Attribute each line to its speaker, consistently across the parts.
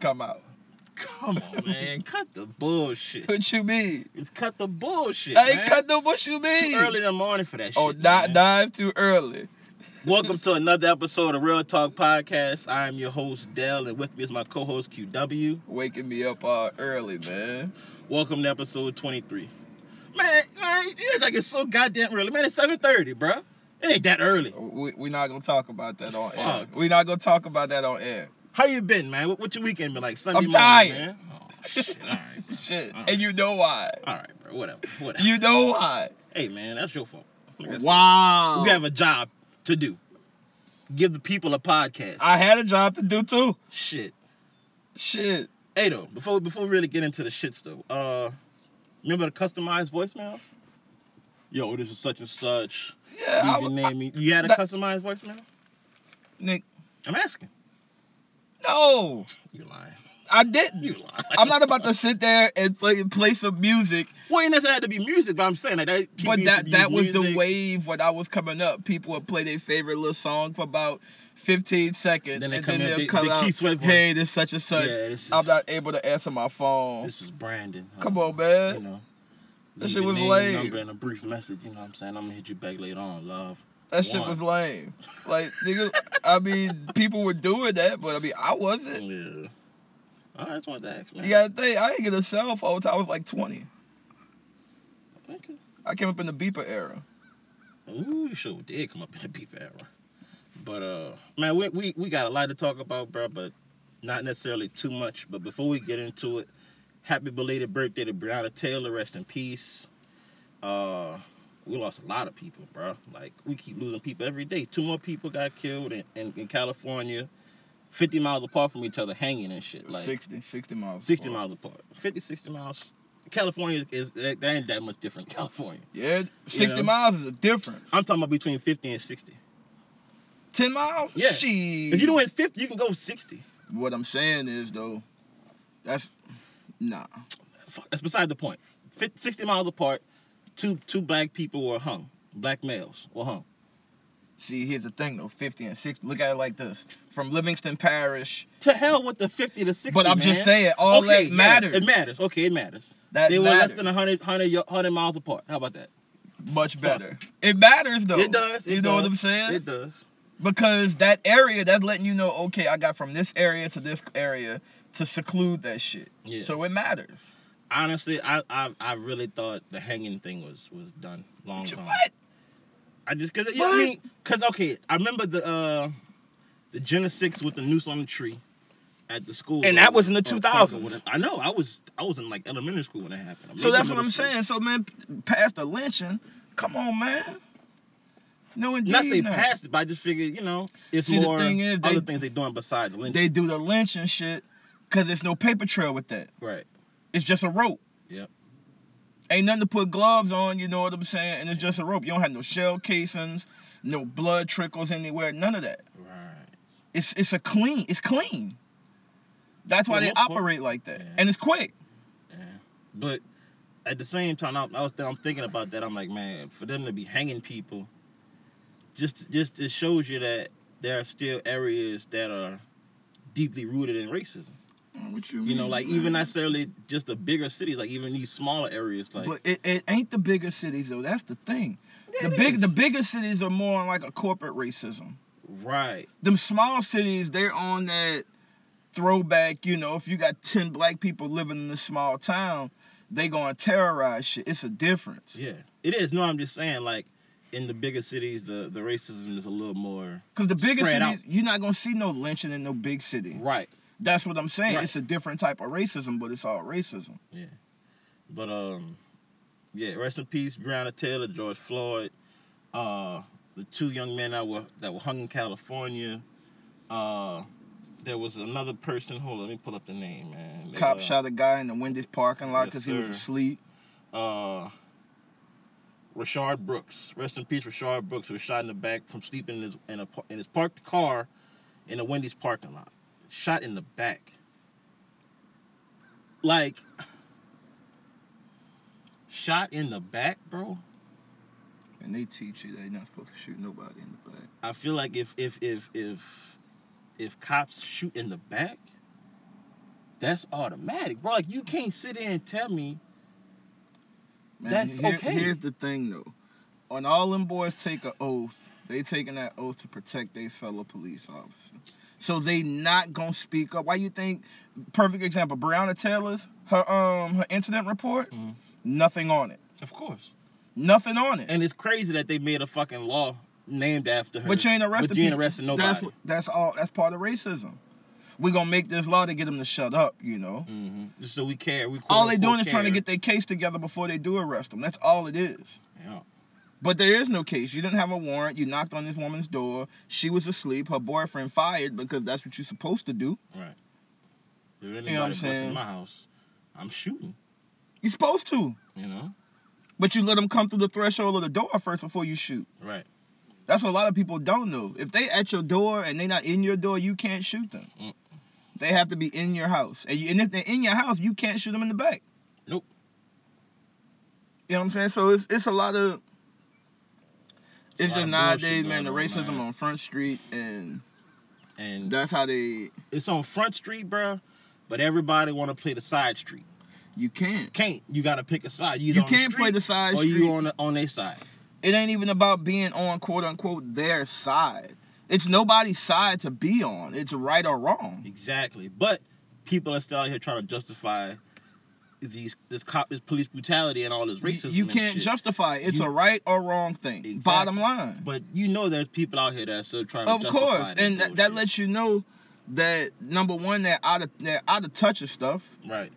Speaker 1: come out.
Speaker 2: Come on, man. Cut the bullshit.
Speaker 1: What you mean?
Speaker 2: Cut the bullshit.
Speaker 1: I ain't
Speaker 2: man.
Speaker 1: cut no what you mean.
Speaker 2: Too early in the morning for that
Speaker 1: Oh,
Speaker 2: shit.
Speaker 1: di-
Speaker 2: man.
Speaker 1: dive too early.
Speaker 2: Welcome to another episode of Real Talk Podcast. I am your host, Dell, and with me is my co host, QW.
Speaker 1: Waking me up all early, man.
Speaker 2: Welcome to episode 23. Man, man, it's like it's so goddamn early. Man, it's 7.30, bro. It ain't that early.
Speaker 1: We we not gonna talk about that on air.
Speaker 2: Fuck.
Speaker 1: We not gonna talk about that on air.
Speaker 2: How you been, man? What, what your weekend been like? Sunday
Speaker 1: I'm
Speaker 2: morning,
Speaker 1: tired.
Speaker 2: man? Oh, shit. All right. bro.
Speaker 1: Shit.
Speaker 2: All right.
Speaker 1: And you know why?
Speaker 2: All right, bro. Whatever. Whatever.
Speaker 1: You know why?
Speaker 2: hey, man, that's your fault. That's
Speaker 1: Wow.
Speaker 2: You have a job to do. Give the people a podcast.
Speaker 1: I had a job to do too.
Speaker 2: shit.
Speaker 1: Shit.
Speaker 2: Hey though, before before we really get into the shits though, uh remember the customized voicemails? Yo, this is such and such.
Speaker 1: Yeah. I
Speaker 2: Leave your
Speaker 1: w-
Speaker 2: name. in- you had a
Speaker 1: that-
Speaker 2: customized voicemail?
Speaker 1: Nick.
Speaker 2: I'm asking.
Speaker 1: No.
Speaker 2: You lying.
Speaker 1: I didn't.
Speaker 2: You lying.
Speaker 1: I'm not about to sit there and play, play some music.
Speaker 2: Well, it doesn't have to be music, but I'm saying like that. people
Speaker 1: But
Speaker 2: used to
Speaker 1: that
Speaker 2: use
Speaker 1: that was the
Speaker 2: music.
Speaker 1: wave when I was coming up. People would play their favorite little song for about 15 seconds,
Speaker 2: Then they
Speaker 1: and
Speaker 2: come
Speaker 1: then
Speaker 2: in,
Speaker 1: they'll
Speaker 2: they-
Speaker 1: come
Speaker 2: they
Speaker 1: out.
Speaker 2: Keith Sweat voice.
Speaker 1: hey, this such and
Speaker 2: Yeah,
Speaker 1: such.
Speaker 2: this is
Speaker 1: I'm not able to answer my phone.
Speaker 2: this is Brandon. huh?
Speaker 1: Come on, man.
Speaker 2: You know.
Speaker 1: That
Speaker 2: leave
Speaker 1: shit
Speaker 2: your
Speaker 1: was
Speaker 2: name,
Speaker 1: lame.
Speaker 2: Number and a brief message, you know what I'm saying? I'm gonna hit you back later on, love.
Speaker 1: that shit
Speaker 2: one.
Speaker 1: was lame. Like, nigga, I mean, people were doing that, but I mean, I wasn't.
Speaker 2: Yeah. I just wanted to ask, man.
Speaker 1: You gotta think, I ain't get a cell phone till I was like 20.
Speaker 2: Okay.
Speaker 1: I came up in the beeper era.
Speaker 2: Ooh, you sure did come up in the beef era. But uh, man, we, we we got a lot to talk about, bro. But not necessarily too much. But before we get into it, happy belated birthday to Breonna Taylor. Rest in peace. Uh, we lost a lot of people, bro. Like we keep losing people every day. Two more people got killed in, in, in California, 50 miles apart from each other, hanging and shit. Like
Speaker 1: 60, 60 miles.
Speaker 2: 60
Speaker 1: apart.
Speaker 2: miles apart, 50, 60 miles. California is that ain't that much different. in California.
Speaker 1: Yeah, 60
Speaker 2: know?
Speaker 1: miles is a difference.
Speaker 2: I'm talking about between 50 and 60.
Speaker 1: 10 miles?
Speaker 2: Yeah.
Speaker 1: Shit.
Speaker 2: If you doing 50, you can go 60.
Speaker 1: What I'm saying is though, that's nah.
Speaker 2: Fuck, that's beside the point. 50, 60 miles apart, two two black people were hung. Black males were hung.
Speaker 1: See, here's the thing though, 50 and 60. Look at it like this: from Livingston Parish.
Speaker 2: To hell with the 50 to 60.
Speaker 1: But I'm just
Speaker 2: man.
Speaker 1: saying, all
Speaker 2: Okay,
Speaker 1: that
Speaker 2: yeah,
Speaker 1: matters.
Speaker 2: it matters. Okay, it matters.
Speaker 1: That
Speaker 2: they were
Speaker 1: matters.
Speaker 2: less than 100, 100, 100 miles apart. How about that?
Speaker 1: Much better. It matters though.
Speaker 2: it does.
Speaker 1: You
Speaker 2: it
Speaker 1: know what
Speaker 2: does,
Speaker 1: I'm saying?
Speaker 2: It does.
Speaker 1: because that area, that's letting you know, okay, I got from this area to this area to seclude that shit.
Speaker 2: Yeah.
Speaker 1: So it matters.
Speaker 2: Honestly, I, I I really thought the hanging thing was was done long time.
Speaker 1: What?
Speaker 2: I just cause you know what I
Speaker 1: What?
Speaker 2: mean, cause okay, I remember the uh the Genesis Six with the noose on the tree at the school,
Speaker 1: And that was in the
Speaker 2: or park or
Speaker 1: 2000s.
Speaker 2: whatever. I know, I was I was in like elementary school when it happened.
Speaker 1: So
Speaker 2: Maybe
Speaker 1: that's what
Speaker 2: middle
Speaker 1: I'm
Speaker 2: school.
Speaker 1: saying. So man, past the lynching, come on, man. No, indeed.
Speaker 2: Not say
Speaker 1: not.
Speaker 2: past it, but I just figured you know it's
Speaker 1: See, the
Speaker 2: more
Speaker 1: thing is,
Speaker 2: other
Speaker 1: they-
Speaker 2: things they doing besides lynching.
Speaker 1: they do the lynch and shit because there's no paper trail with that.
Speaker 2: right.
Speaker 1: It's just a rope.
Speaker 2: Yep.
Speaker 1: Ain't nothing to put gloves on, you know what I'm saying? And it's just a rope. You don't have no shell casings, no blood trickles anywhere, none of that.
Speaker 2: Right.
Speaker 1: It's it's a clean, it's clean. That's why
Speaker 2: For the
Speaker 1: they
Speaker 2: most part.
Speaker 1: operate like that.
Speaker 2: Yeah.
Speaker 1: And it's quick.
Speaker 2: But at the same time, I, I was I'm thinking about that. I'm like, man, for them to be hanging people, just just it shows you that there are still areas that are deeply rooted in racism.
Speaker 1: What
Speaker 2: You know, like even not necessarily just the bigger cities, like even these smaller areas, like
Speaker 1: But it, it ain't the bigger cities though. That's the thing.
Speaker 2: Yeah,
Speaker 1: the
Speaker 2: it
Speaker 1: big
Speaker 2: is.
Speaker 1: the bigger cities are more on like a corporate racism.
Speaker 2: right,
Speaker 1: Them small cities, they're on that throwback, you know, if you got ten black people living in this small town, they gonna terrorize shit. It's a difference.
Speaker 2: yeah, it is. No, I'm just saying, like in the bigger cities, the the racism is a little more
Speaker 1: Cause the bigger
Speaker 2: Spread
Speaker 1: cities,
Speaker 2: out.
Speaker 1: you're not gonna see no lynching in no big city.
Speaker 2: right.
Speaker 1: That's what I'm saying.
Speaker 2: Right.
Speaker 1: It's a different type of racism, but it's all racism.
Speaker 2: But um, yeah, rest in peace, Breonna Taylor, George Floyd, uh, the two young men that were that were hung in California. Uh, there was another person. Hold on, let me pull up the name, man. They,
Speaker 1: Cop
Speaker 2: uh,
Speaker 1: shot a guy in the Wendy's parking lot
Speaker 2: Yes,
Speaker 1: because he was
Speaker 2: sir.
Speaker 1: asleep.
Speaker 2: uh Rashard Brooks. Rest in peace, Rashard Brooks, who was shot in the back from sleeping in his in, a, par- in his parked car in a Wendy's parking lot. Shot in the back. Like shot in the back, bro.
Speaker 1: And they teach you that you're not supposed to shoot nobody in the back.
Speaker 2: I feel like if if if if if cops shoot in the back, that's automatic, bro. Like you can't sit there and tell me
Speaker 1: Man,
Speaker 2: That's
Speaker 1: here-
Speaker 2: okay.
Speaker 1: Here's the thing though. When all them boys take an oath, they taking that oath to protect their fellow police officer. So they not gonna speak up. Why you think perfect example, Breonna Taylor's her um her incident report,
Speaker 2: Mhm.
Speaker 1: nothing on it.
Speaker 2: Of course.
Speaker 1: Nothing on it.
Speaker 2: And it's crazy that they made a fucking law named after her.
Speaker 1: but you ain't arresting
Speaker 2: But you ain't
Speaker 1: people.
Speaker 2: arresting nobody.
Speaker 1: That's what that's all that's part of racism. We gonna make this law to get them to shut up, you know.
Speaker 2: hmm So we care. We
Speaker 1: All they
Speaker 2: quote-unquote
Speaker 1: doing is trying to
Speaker 2: care.
Speaker 1: get their case together before they do arrest them. That's all it is.
Speaker 2: Yeah.
Speaker 1: But there is no case. You didn't have a warrant. You knocked on this woman's door. She was asleep. Her boyfriend fired because that's what you're supposed to do.
Speaker 2: If anybody
Speaker 1: know what I'm
Speaker 2: busts in
Speaker 1: saying?
Speaker 2: my house, I'm shooting.
Speaker 1: You're supposed to.
Speaker 2: You know.
Speaker 1: But you let them come through the threshold of the door first before you shoot.
Speaker 2: Right.
Speaker 1: That's what a lot of people don't know. If they at your door and they not in your door, you can't shoot them.
Speaker 2: Mm.
Speaker 1: They have to be in your house. And, you, and if they're in your house, you can't shoot them in the back.
Speaker 2: Nope.
Speaker 1: You know what I'm saying? So it's, it's a lot of
Speaker 2: a
Speaker 1: it's
Speaker 2: lot
Speaker 1: just
Speaker 2: of
Speaker 1: nowadays,
Speaker 2: bullshit
Speaker 1: man, the
Speaker 2: going on,
Speaker 1: racism
Speaker 2: man.
Speaker 1: on Front Street and
Speaker 2: And
Speaker 1: that's how they
Speaker 2: it's on Front Street, bruh. But everybody want to play the side street.
Speaker 1: you can't.
Speaker 2: Can't. You gotta pick a side. You,
Speaker 1: You,
Speaker 2: either on the
Speaker 1: can't
Speaker 2: street
Speaker 1: play the side
Speaker 2: or
Speaker 1: street.
Speaker 2: you on the, on their side.
Speaker 1: it ain't even about being on quote unquote their side. It's nobody's side to be on. It's right or wrong.
Speaker 2: Exactly. But people are still out here trying to justify these this cop this police brutality and all this
Speaker 1: You,
Speaker 2: racism.
Speaker 1: you
Speaker 2: and
Speaker 1: can't
Speaker 2: shit.
Speaker 1: justify. it. It's
Speaker 2: You-
Speaker 1: a right or wrong thing.
Speaker 2: Exactly.
Speaker 1: Bottom line.
Speaker 2: But you know there's people out here that are still trying to
Speaker 1: Of
Speaker 2: justify
Speaker 1: course,
Speaker 2: that
Speaker 1: and that, that
Speaker 2: bullshit.
Speaker 1: lets you know that number one, they're out of they're out of touch of stuff.
Speaker 2: Right.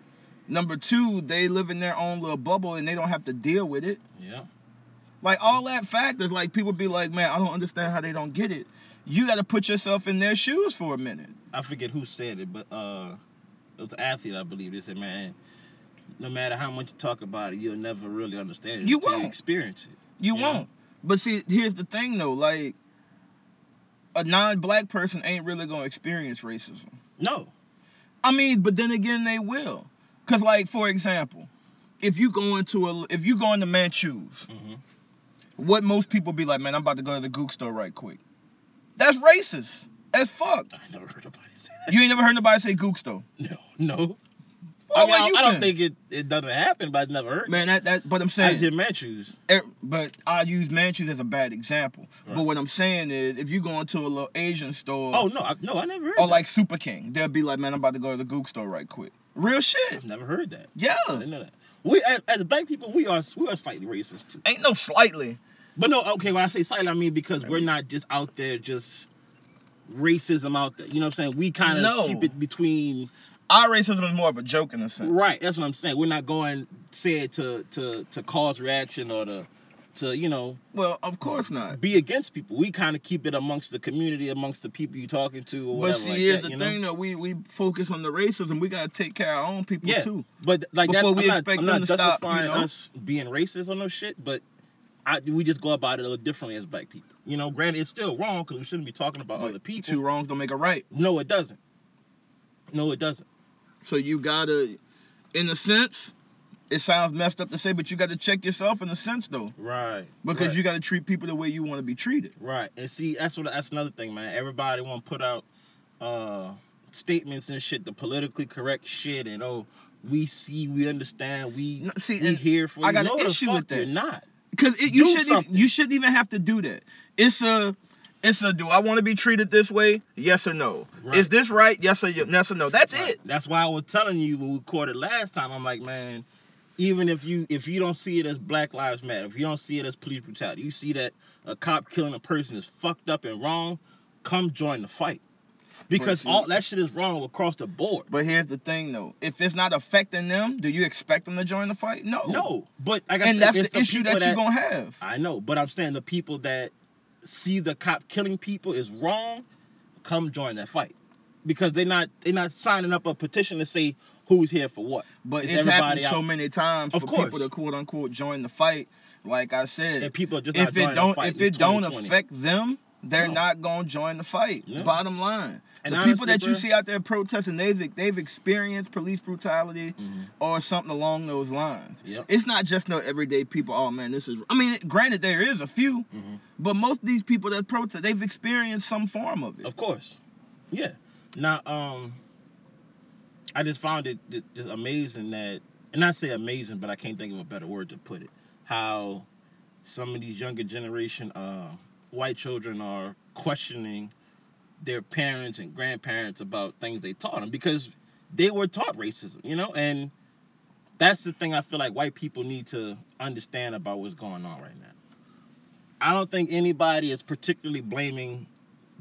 Speaker 1: Number two, they live in their own little bubble and they don't have to deal with it.
Speaker 2: Yeah.
Speaker 1: Like all that factors, like people be like, man, I don't understand how they don't get it. You got to put yourself in their shoes for a minute.
Speaker 2: I forget who said it, but uh, it was an athlete, I believe. They said, man, no matter how much you talk about it, you'll never really understand it
Speaker 1: You
Speaker 2: until
Speaker 1: won't.
Speaker 2: you experience it.
Speaker 1: You
Speaker 2: Yeah.
Speaker 1: won't. But see, here's the thing though, like a non-black person ain't really gonna experience racism.
Speaker 2: No.
Speaker 1: I mean, but then again, they will. Cause like for example, if you go into a if you go into Manchu's,
Speaker 2: Mm-hmm.
Speaker 1: what most people be like, man, I'm about to go to the Gook store right quick. That's racist as fuck.
Speaker 2: I never heard nobody say that.
Speaker 1: You ain't never heard nobody say Gook store.
Speaker 2: no, no.
Speaker 1: Well,
Speaker 2: I, mean,
Speaker 1: where
Speaker 2: I-
Speaker 1: you
Speaker 2: I don't
Speaker 1: been?
Speaker 2: think it, it doesn't happen, but I've never heard
Speaker 1: Man, that that. But I'm
Speaker 2: it. I
Speaker 1: saying,
Speaker 2: just Matthews.
Speaker 1: eh, but I use Manchu's as a bad example.
Speaker 2: Right.
Speaker 1: But what I'm saying is, if you go into a little Asian store,
Speaker 2: Oh, no, I, no, I never heard
Speaker 1: Or
Speaker 2: that.
Speaker 1: like Super King. They'll be like, man, I'm about to go to the Gook store right quick. Real shit.
Speaker 2: I've never heard that.
Speaker 1: Yeah.
Speaker 2: I didn't know that. We, as, as black people, we are we are slightly racist too.
Speaker 1: Ain't no slightly.
Speaker 2: But no, okay, when I say slightly, I mean because we're not just out there just racism out there. You know what I'm saying? We kind of
Speaker 1: No.
Speaker 2: keep it between
Speaker 1: Our racism is more of a joke in a sense.
Speaker 2: right. That's what I'm saying. We're not going say it to to to cause reaction or to to you know
Speaker 1: Well, of course not.
Speaker 2: be against people. We kind of keep it amongst the community, amongst the people you talking to or
Speaker 1: But
Speaker 2: whatever
Speaker 1: see,
Speaker 2: like
Speaker 1: here's
Speaker 2: that. You
Speaker 1: the
Speaker 2: know.
Speaker 1: thing though. We we focus on the racism. We gotta take care of our own people
Speaker 2: Yeah.
Speaker 1: too.
Speaker 2: But like that's,
Speaker 1: Before we
Speaker 2: I'm not,
Speaker 1: expect
Speaker 2: I'm
Speaker 1: them
Speaker 2: not
Speaker 1: to stop, you
Speaker 2: justifying
Speaker 1: know?
Speaker 2: us being racist or no shit, but I, we just go about it a little differently as black people. You know, granted, it's still wrong because we shouldn't be talking about other
Speaker 1: But
Speaker 2: people.
Speaker 1: Two wrongs don't make a right.
Speaker 2: No, it doesn't. No, it doesn't.
Speaker 1: So you gotta, in a sense, it sounds messed up to say, but you gotta check yourself in a sense though,
Speaker 2: Right.
Speaker 1: because
Speaker 2: right,
Speaker 1: you gotta treat people the way you want to be treated.
Speaker 2: right. And see, that's what that's another thing, man. Everybody want to put out uh statements and shit, the politically correct shit, and oh, we see, we understand, we
Speaker 1: No, See,
Speaker 2: we
Speaker 1: and-
Speaker 2: here for
Speaker 1: I
Speaker 2: you.
Speaker 1: got an
Speaker 2: no, the
Speaker 1: issue
Speaker 2: fuck
Speaker 1: with that.
Speaker 2: You're not.
Speaker 1: Cause it, you
Speaker 2: Do
Speaker 1: shouldn't
Speaker 2: something.
Speaker 1: you shouldn't even have to do that. It's a it's a do I want to be treated this way? Yes or no.
Speaker 2: Right.
Speaker 1: Is this right? Yes or y- yes or no. That's
Speaker 2: Right.
Speaker 1: it.
Speaker 2: That's why I was telling you when we recorded last time. I'm like, man, even if you if you don't see it as Black Lives Matter, if you don't see it as police brutality, you see that a cop killing a person is fucked up and wrong, come join the fight. Because
Speaker 1: see-
Speaker 2: all that shit is wrong across the board.
Speaker 1: But here's the thing though. If it's not affecting them, do you expect them to join the fight? No.
Speaker 2: No, but like I
Speaker 1: And
Speaker 2: said,
Speaker 1: that's
Speaker 2: it's
Speaker 1: the, issue
Speaker 2: people
Speaker 1: that, you're gonna have.
Speaker 2: I know, but I'm saying the people that see the cop killing people is wrong, come join that fight. Because they're not they're not signing up a petition to say who's here for what.
Speaker 1: But
Speaker 2: Is
Speaker 1: it's happened
Speaker 2: everybody out-
Speaker 1: so many times
Speaker 2: Of
Speaker 1: for
Speaker 2: course.
Speaker 1: people to quote unquote join the fight. Like I said,
Speaker 2: And people are just not
Speaker 1: if
Speaker 2: joining
Speaker 1: it
Speaker 2: the
Speaker 1: don't
Speaker 2: fight.
Speaker 1: if
Speaker 2: It's
Speaker 1: it don't
Speaker 2: 2020.
Speaker 1: affect them, they're
Speaker 2: No.
Speaker 1: not gonna join the fight.
Speaker 2: No.
Speaker 1: Bottom line.
Speaker 2: And
Speaker 1: the people
Speaker 2: honestly,
Speaker 1: that you
Speaker 2: bruh-
Speaker 1: see out there protesting, they've they've experienced police brutality or something along those lines.
Speaker 2: mm-hmm. Yep.
Speaker 1: It's not just no everyday people. Oh man, this is. I mean, granted there is a few,
Speaker 2: Mhm.
Speaker 1: but most of these people that protest, they've experienced some form of it.
Speaker 2: Of course. Yeah. Now, um, I just found it th- just amazing that, and I say amazing, but I can't think of a better word to put it. How some of these younger generation uh, white children are questioning their parents and grandparents about things they taught them because they were taught racism, you know, and that's the thing I feel like white people need to understand about what's going on right now. I don't think anybody is particularly blaming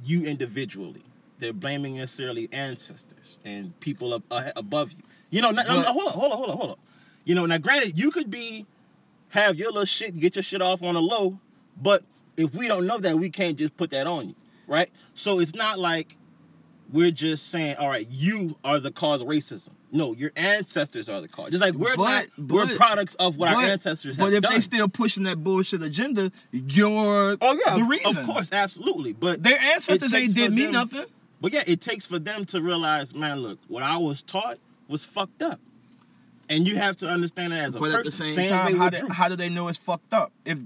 Speaker 2: you individually. They're blaming necessarily ancestors and people ab- uh, above you. You know, not, no, no,
Speaker 1: But-
Speaker 2: hold up, hold up, hold up, hold up. You know, now granted, you could be have your little shit, get your shit off on a low, but if we don't know that, we can't just put that on you, right? So it's not like we're just saying, all right, you are the cause of racism. No, your ancestors are the cause. Just like we're not,
Speaker 1: But-
Speaker 2: we're
Speaker 1: but-
Speaker 2: products of what our
Speaker 1: but-
Speaker 2: ancestors have
Speaker 1: But if
Speaker 2: done.
Speaker 1: they still pushing that bullshit agenda, you're
Speaker 2: oh yeah,
Speaker 1: the
Speaker 2: of-
Speaker 1: reason.
Speaker 2: of course, absolutely. But
Speaker 1: Their ancestors
Speaker 2: It takes
Speaker 1: ain't did
Speaker 2: for
Speaker 1: me
Speaker 2: them-
Speaker 1: nothing.
Speaker 2: But yeah, it takes for them to realize, man, look, what I was taught was fucked up. And you have to understand that as a
Speaker 1: But
Speaker 2: person.
Speaker 1: at the same, time,
Speaker 2: way
Speaker 1: how
Speaker 2: with
Speaker 1: do,
Speaker 2: Drew.
Speaker 1: how do they know it's fucked up? If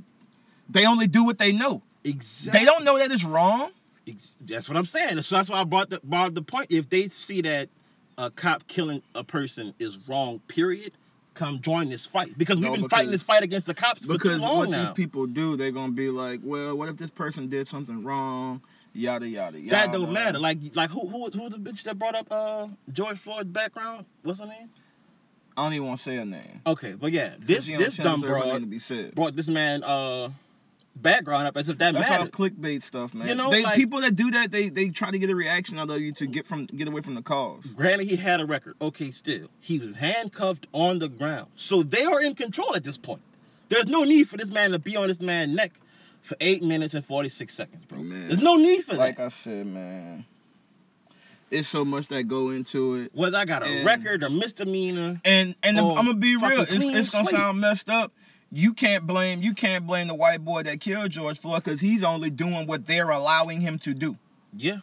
Speaker 1: they only do what they know,
Speaker 2: exactly.
Speaker 1: they don't know that it's wrong.
Speaker 2: Ex- That's what I'm saying. So that's why I brought the brought the point. If they see that a cop killing a person is wrong, period, come join this fight because we've
Speaker 1: No,
Speaker 2: been
Speaker 1: because-
Speaker 2: fighting this fight against the cops for too
Speaker 1: Because what
Speaker 2: long now.
Speaker 1: these people do, they're gonna be like, well, what if this person did something wrong? Yada yada yada.
Speaker 2: that don't matter. Like like who who who was the bitch that brought up uh George Floyd's background? What's her name?
Speaker 1: I don't even want to say her name.
Speaker 2: Okay, but yeah, this
Speaker 1: She don't-
Speaker 2: this
Speaker 1: she don't
Speaker 2: dumb
Speaker 1: deserve her name
Speaker 2: broad
Speaker 1: to be said.
Speaker 2: brought this man uh background up as if that
Speaker 1: That's all
Speaker 2: mattered.
Speaker 1: clickbait stuff, man.
Speaker 2: You know,
Speaker 1: they,
Speaker 2: like-
Speaker 1: people that do that, they they try to get a reaction out of you to get from get away from the cause.
Speaker 2: Granted, he had a record. Okay, still, he was handcuffed on the ground. So they are in control at this point. There's no need for this man to be on this man's neck for eight minutes and 46 seconds, bro.
Speaker 1: Man.
Speaker 2: There's no need for
Speaker 1: Like uh,
Speaker 2: that.
Speaker 1: I said, man, it's so much that go into it.
Speaker 2: Whether I got a
Speaker 1: And-
Speaker 2: record, a misdemeanor,
Speaker 1: And and
Speaker 2: Oh,
Speaker 1: I'm gonna be
Speaker 2: fucking
Speaker 1: real, it's,
Speaker 2: clean
Speaker 1: it's gonna
Speaker 2: slate.
Speaker 1: sound messed up. You can't blame you can't blame the white boy that killed George Floyd because he's only doing what they're allowing him to do.
Speaker 2: yeah.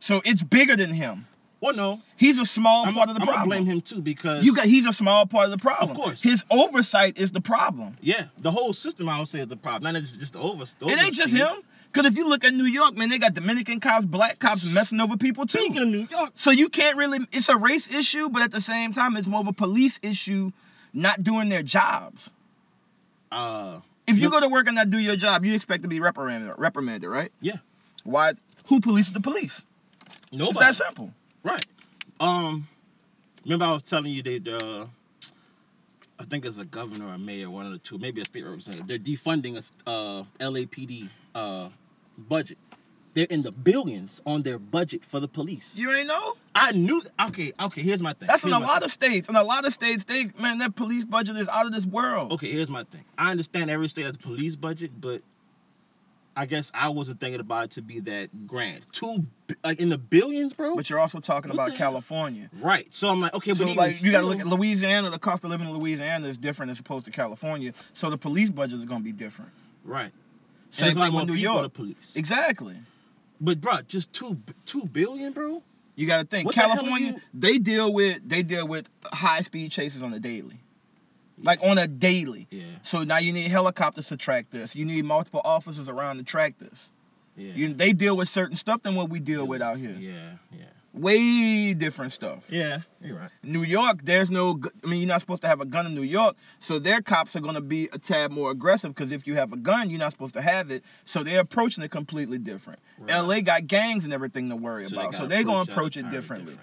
Speaker 1: So it's bigger than him.
Speaker 2: Well, no,
Speaker 1: He's a small
Speaker 2: I'm,
Speaker 1: part of the
Speaker 2: I'm gonna
Speaker 1: problem.
Speaker 2: blame him too because
Speaker 1: You got he's a small part of the problem.
Speaker 2: Of course.
Speaker 1: His oversight is the problem.
Speaker 2: yeah, the whole system I would say is the problem. Not just, just the over. the
Speaker 1: It ain't just
Speaker 2: overseas.
Speaker 1: him. Cause if you look at New York, man, they got Dominican cops, black cops messing over people too.
Speaker 2: Speaking of New York,
Speaker 1: So you can't really it's a race issue, but at the same time it's more of a police issue not doing their jobs.
Speaker 2: uh,
Speaker 1: If you
Speaker 2: No.
Speaker 1: go to work and not do your job, you expect to be reprimanded, reprimanded, right?
Speaker 2: Yeah.
Speaker 1: Why who polices the police? It's
Speaker 2: nobody.
Speaker 1: that simple.
Speaker 2: Right. Um, remember I was telling you they uh, I think it's a governor or a mayor, one of the two, maybe a state representative. They're defunding a uh, LAPD uh budget. They're in the billions on their budget for the police.
Speaker 1: You ain't know?
Speaker 2: I knew. Okay, okay. Here's my thing.
Speaker 1: That's in
Speaker 2: Here's
Speaker 1: a
Speaker 2: my
Speaker 1: lot
Speaker 2: thing.
Speaker 1: of states. In a lot of states, they man, that police budget is out of this world.
Speaker 2: Okay, here's my thing. I understand every state has a police budget, but I guess I wasn't thinking about it to be that grand. Two, bi- like in the billions, bro.
Speaker 1: But you're also talking
Speaker 2: What
Speaker 1: about
Speaker 2: the hell?
Speaker 1: California.
Speaker 2: right. So I'm like, okay,
Speaker 1: so
Speaker 2: but even
Speaker 1: like you gotta look
Speaker 2: still-
Speaker 1: at Louisiana, the cost of living in Louisiana is different as opposed to California. So the police budget is gonna be different.
Speaker 2: right.
Speaker 1: Same
Speaker 2: and there's a lot
Speaker 1: thing
Speaker 2: more
Speaker 1: with New
Speaker 2: people
Speaker 1: York.
Speaker 2: to police.
Speaker 1: Exactly.
Speaker 2: But bro, just two two billion, bro.
Speaker 1: You gotta think
Speaker 2: What the hell are
Speaker 1: California.
Speaker 2: you-
Speaker 1: They deal with they deal with high speed chases on a daily, like on a daily.
Speaker 2: Yeah,
Speaker 1: So now you need helicopters to track this. You need multiple officers around to track this.
Speaker 2: yeah.
Speaker 1: You, they deal with certain stuff than what we deal with out here.
Speaker 2: Yeah, yeah.
Speaker 1: Way different stuff.
Speaker 2: Yeah, you're right.
Speaker 1: New York, there's no. gu- I mean, you're not supposed to have a gun in New York, so their cops are gonna be a tad more aggressive because if you have a gun, you're not supposed to have it. So they're approaching it completely different. LA got gangs and everything to worry about, so they're gonna approach it differently.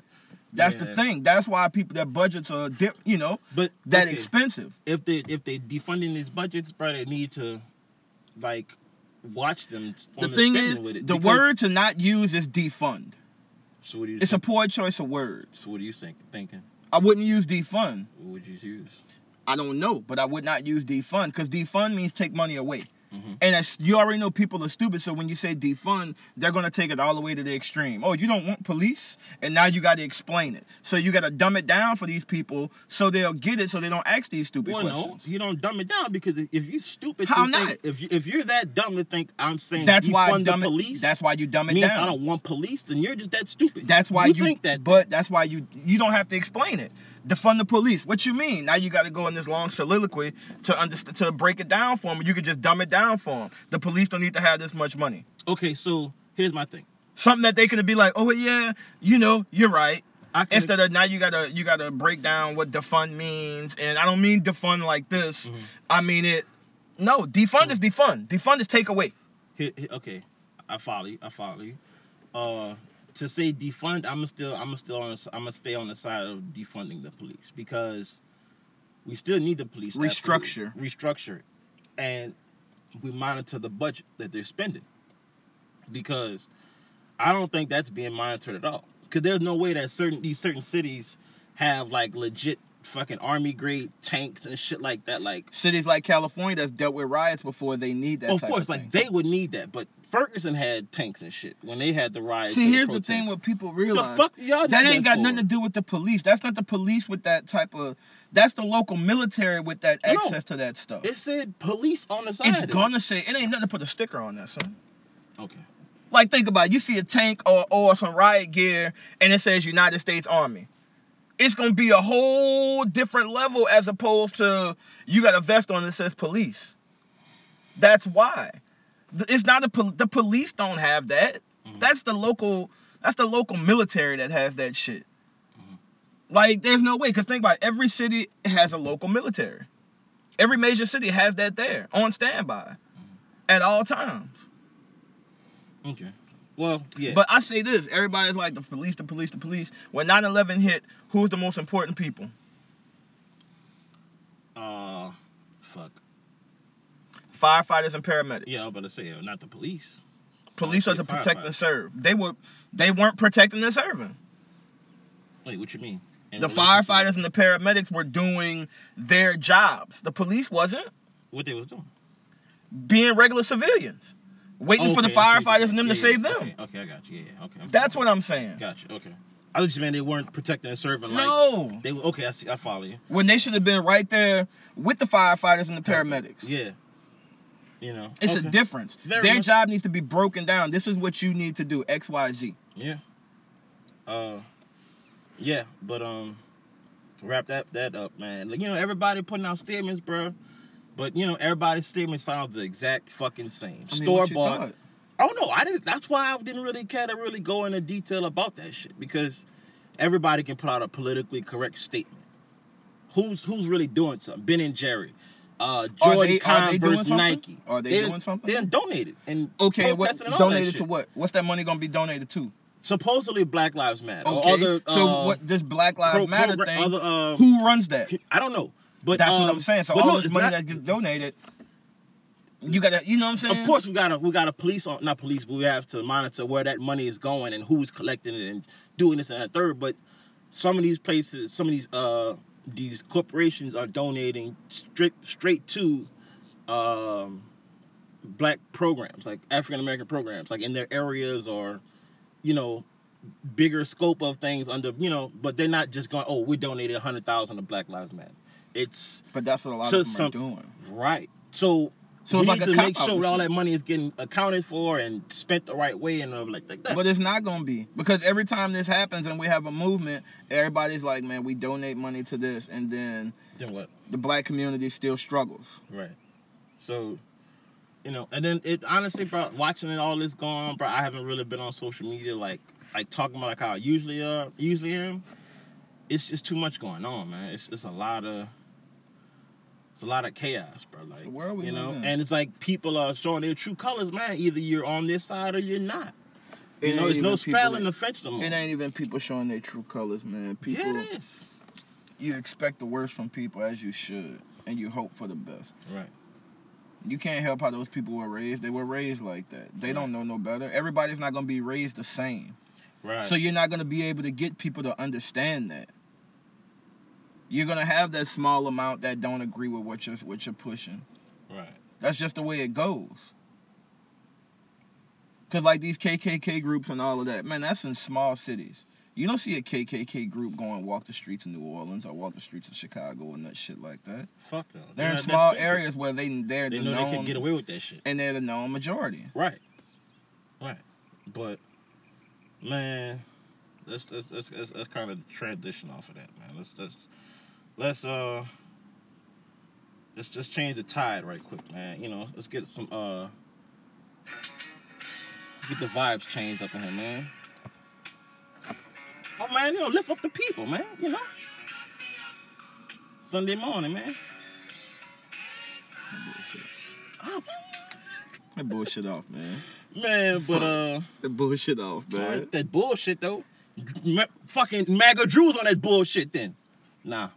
Speaker 1: That's
Speaker 2: Yeah.
Speaker 1: the thing. That's why people their budgets are dip, you know,
Speaker 2: But
Speaker 1: that
Speaker 2: okay,
Speaker 1: expensive.
Speaker 2: if they if they defunding these budgets, bro, they need to like watch them.
Speaker 1: The
Speaker 2: on
Speaker 1: thing
Speaker 2: spending
Speaker 1: is,
Speaker 2: with it
Speaker 1: the
Speaker 2: because-
Speaker 1: word to not use is defund.
Speaker 2: So what do you?
Speaker 1: It's a
Speaker 2: think,
Speaker 1: poor choice of words.
Speaker 2: So what do you think? Thinking?
Speaker 1: I wouldn't use defund.
Speaker 2: What would you use?
Speaker 1: I don't know, but I would not use defund because defund means take money away.
Speaker 2: Mhm.
Speaker 1: And as you already know people are stupid, so when you say defund, they're gonna take it all the way to the extreme. Oh, you don't want police, and now you gotta explain it. So you gotta dumb it down for these people so they'll get it, so they don't ask these stupid
Speaker 2: Well, no,
Speaker 1: questions.
Speaker 2: you don't dumb it down because if- if you stupid,
Speaker 1: How
Speaker 2: to
Speaker 1: not?
Speaker 2: Think, if you if you're that dumb to think I'm saying
Speaker 1: That's why I
Speaker 2: defund
Speaker 1: dumb
Speaker 2: the
Speaker 1: it.
Speaker 2: police,
Speaker 1: That's why you dumb it
Speaker 2: means
Speaker 1: down.
Speaker 2: I don't want police, then you're just that stupid.
Speaker 1: That's why you,
Speaker 2: you, think that.
Speaker 1: but that's why you you don't have to explain it. Defund the police. What you mean? Now you got to go in this long soliloquy to understand to break it down for them. You could just dumb it down for them. The police don't need to have this much money.
Speaker 2: Okay, so here's my thing.
Speaker 1: Something that they could be like, oh yeah, you know, you're right.
Speaker 2: I can
Speaker 1: Instead of now you gotta you gotta break down what defund means, and I don't mean defund like this.
Speaker 2: Mhm.
Speaker 1: I mean it. No, defund
Speaker 2: Mhm.
Speaker 1: is defund. Defund is take away.
Speaker 2: Here- here- okay, I follow you. I follow you. Uh, to say defund, I'm still, I'm still on, I'm gonna stay on the side of defunding the police because we still need the police. absolutely.
Speaker 1: Restructure.
Speaker 2: restructure, it. and we monitor the budget that they're spending because I don't think that's being monitored at all. Because there's no way that certain these certain cities have like legit fucking army grade tanks and shit like that. Like
Speaker 1: Cities like California that's dealt with riots before they need that.
Speaker 2: of
Speaker 1: type
Speaker 2: course,
Speaker 1: thing.
Speaker 2: like they would need that. But Ferguson had tanks and shit when they had the riots.
Speaker 1: See,
Speaker 2: and
Speaker 1: here's the
Speaker 2: protests.
Speaker 1: thing: what people
Speaker 2: the
Speaker 1: realize
Speaker 2: fuck y'all
Speaker 1: that
Speaker 2: did
Speaker 1: ain't got
Speaker 2: for?
Speaker 1: nothing to do with the police. That's not the police with that type of. That's the local military with that
Speaker 2: No.
Speaker 1: access to that stuff.
Speaker 2: It said police on the side.
Speaker 1: It's
Speaker 2: of it.
Speaker 1: gonna say it ain't nothing to put a sticker on that, son.
Speaker 2: Okay.
Speaker 1: Like think about it. You see a tank or, or some riot gear and it says United States Army. It's gonna be a whole different level as opposed to you got a vest on that says police. That's why. Th- It's not a pol- the police don't have that.
Speaker 2: Mhm.
Speaker 1: That's the local that's the local military that has that shit.
Speaker 2: Mhm.
Speaker 1: Like there's no way cuz think about it, every city has a local military. Every major city has that there on standby at all times.
Speaker 2: Okay. Well, yeah.
Speaker 1: But I say this, everybody's like the police, the police, the police. When 9/11 hit, who's the most important people?
Speaker 2: uh, fuck.
Speaker 1: Firefighters and paramedics.
Speaker 2: Yeah, I was about to say uh, not the police.
Speaker 1: Police are to
Speaker 2: I'd say
Speaker 1: protect and
Speaker 2: firefighters.
Speaker 1: serve. They were they weren't protecting and serving.
Speaker 2: Wait, what you mean? In
Speaker 1: the
Speaker 2: relation to
Speaker 1: firefighters and the paramedics were doing their jobs. The police wasn't
Speaker 2: What they was doing?
Speaker 1: being regular civilians, waiting for the
Speaker 2: Okay, I see what you're
Speaker 1: firefighters and them to
Speaker 2: saying.
Speaker 1: save
Speaker 2: Yeah,
Speaker 1: them.
Speaker 2: yeah, Okay, okay, I got you. Yeah, yeah, okay.
Speaker 1: That's what I'm saying.
Speaker 2: Got you. Okay. I was just man, they weren't protecting and serving. Like,
Speaker 1: no,
Speaker 2: They were okay. I see. I follow you.
Speaker 1: when they should have been right there with the firefighters and the paramedics.
Speaker 2: Yeah. You know.
Speaker 1: It's
Speaker 2: okay.
Speaker 1: a difference.
Speaker 2: Very
Speaker 1: Their
Speaker 2: much-
Speaker 1: job needs to be broken down. This is what you need to do. X, Y, Z.
Speaker 2: Yeah. Uh. Yeah, but um, to wrap that that up, man. Like you know, everybody putting out statements, bro. But you know, everybody's statement sounds the exact fucking same.
Speaker 1: I mean,
Speaker 2: Store
Speaker 1: what you
Speaker 2: bought.
Speaker 1: thought?
Speaker 2: Oh no, I didn't. That's why I didn't really care to really go into detail about that shit because everybody can put out a politically correct statement. Who's who's really doing something? Ben and Jerry, uh,
Speaker 1: Are
Speaker 2: Jordan
Speaker 1: they- are they doing
Speaker 2: Converse,
Speaker 1: something?
Speaker 2: Nike.
Speaker 1: Are they doing something?
Speaker 2: They done donated and
Speaker 1: Okay, what
Speaker 2: protested and all that
Speaker 1: donated
Speaker 2: shit.
Speaker 1: to what? What's that money gonna be donated to?
Speaker 2: Supposedly Black Lives Matter.
Speaker 1: Okay,
Speaker 2: Or other,
Speaker 1: so
Speaker 2: uh,
Speaker 1: what this Black Lives
Speaker 2: pro-
Speaker 1: Matter
Speaker 2: progra-
Speaker 1: thing?
Speaker 2: Other, uh,
Speaker 1: who runs that?
Speaker 2: I don't know, but
Speaker 1: That's
Speaker 2: um,
Speaker 1: what I'm saying. So
Speaker 2: but
Speaker 1: all
Speaker 2: no,
Speaker 1: this
Speaker 2: it's
Speaker 1: money
Speaker 2: not-
Speaker 1: that gets donated, you gotta, you know what I'm saying?
Speaker 2: Of course, we gotta we gotta police on not police, but we have to monitor where that money is going and who's collecting it and doing this and that third. But some of these places, some of these uh these corporations are donating straight straight to um black programs like African American programs, like in their areas or you know bigger scope of things under you know. But they're not just going oh we donated a hundred thousand to Black Lives Matter. It's
Speaker 1: But that's what a lot
Speaker 2: To
Speaker 1: of them are
Speaker 2: some-
Speaker 1: doing.
Speaker 2: Right. So,
Speaker 1: So it's
Speaker 2: we need
Speaker 1: like a
Speaker 2: to
Speaker 1: cop
Speaker 2: make
Speaker 1: out
Speaker 2: sure
Speaker 1: with
Speaker 2: all
Speaker 1: you.
Speaker 2: that money is getting accounted for and spent the right way and uh, like, like that.
Speaker 1: But it's not gonna be because every time this happens and we have a movement, everybody's like, man, we donate money to this, and then
Speaker 2: then what?
Speaker 1: the black community still struggles.
Speaker 2: Right. So, you know, and then it honestly, bro, watching it all this gone, bro, I haven't really been on social media like like talking about like how I usually uh usually am. It's just too much going on, man. It's it's a lot of it's a lot of chaos, bro. Like
Speaker 1: the world we
Speaker 2: you know,
Speaker 1: live in.
Speaker 2: and it's like people are showing their true colors, man. Either you're on this side or you're not. You know, it's no straddling the fence no more.
Speaker 1: It ain't even people showing their true colors, man. People,
Speaker 2: Yeah, it is.
Speaker 1: you expect the worst from people as you should, and you hope for the best.
Speaker 2: Right.
Speaker 1: You can't help how those people were raised. They were raised like that. They
Speaker 2: Right.
Speaker 1: don't know no better. Everybody's not gonna be raised the same.
Speaker 2: Right.
Speaker 1: So you're not gonna be able to get people to understand that. You're gonna have that small amount that don't agree with what you're what you're pushing.
Speaker 2: right.
Speaker 1: That's just the way it goes. Cause like these KKK groups and all of that, man, that's in small cities. You don't see a KKK group going walk the streets of New Orleans or walk the streets of Chicago and that shit like that.
Speaker 2: Fuck no.
Speaker 1: They're in
Speaker 2: not that
Speaker 1: small
Speaker 2: stupid.
Speaker 1: areas where they they're
Speaker 2: They
Speaker 1: the
Speaker 2: know
Speaker 1: known
Speaker 2: they can get away with that shit.
Speaker 1: and they're the known majority.
Speaker 2: Right. Right. But man, let's let's let's, let's, let's kind of transition off of that, man. Let's let's let's uh let's just change the tide right quick, man. You know, let's get some uh get the vibes changed up in here, man. Oh man, you know, lift up the people, man. You know. Sunday morning, man.
Speaker 1: That bullshit.
Speaker 2: Ah,
Speaker 1: That bullshit off, man.
Speaker 2: Man, but uh,
Speaker 1: That bullshit off, man.
Speaker 2: that bullshit though. Ma- fucking MAGA Drews on that bullshit then. Nah,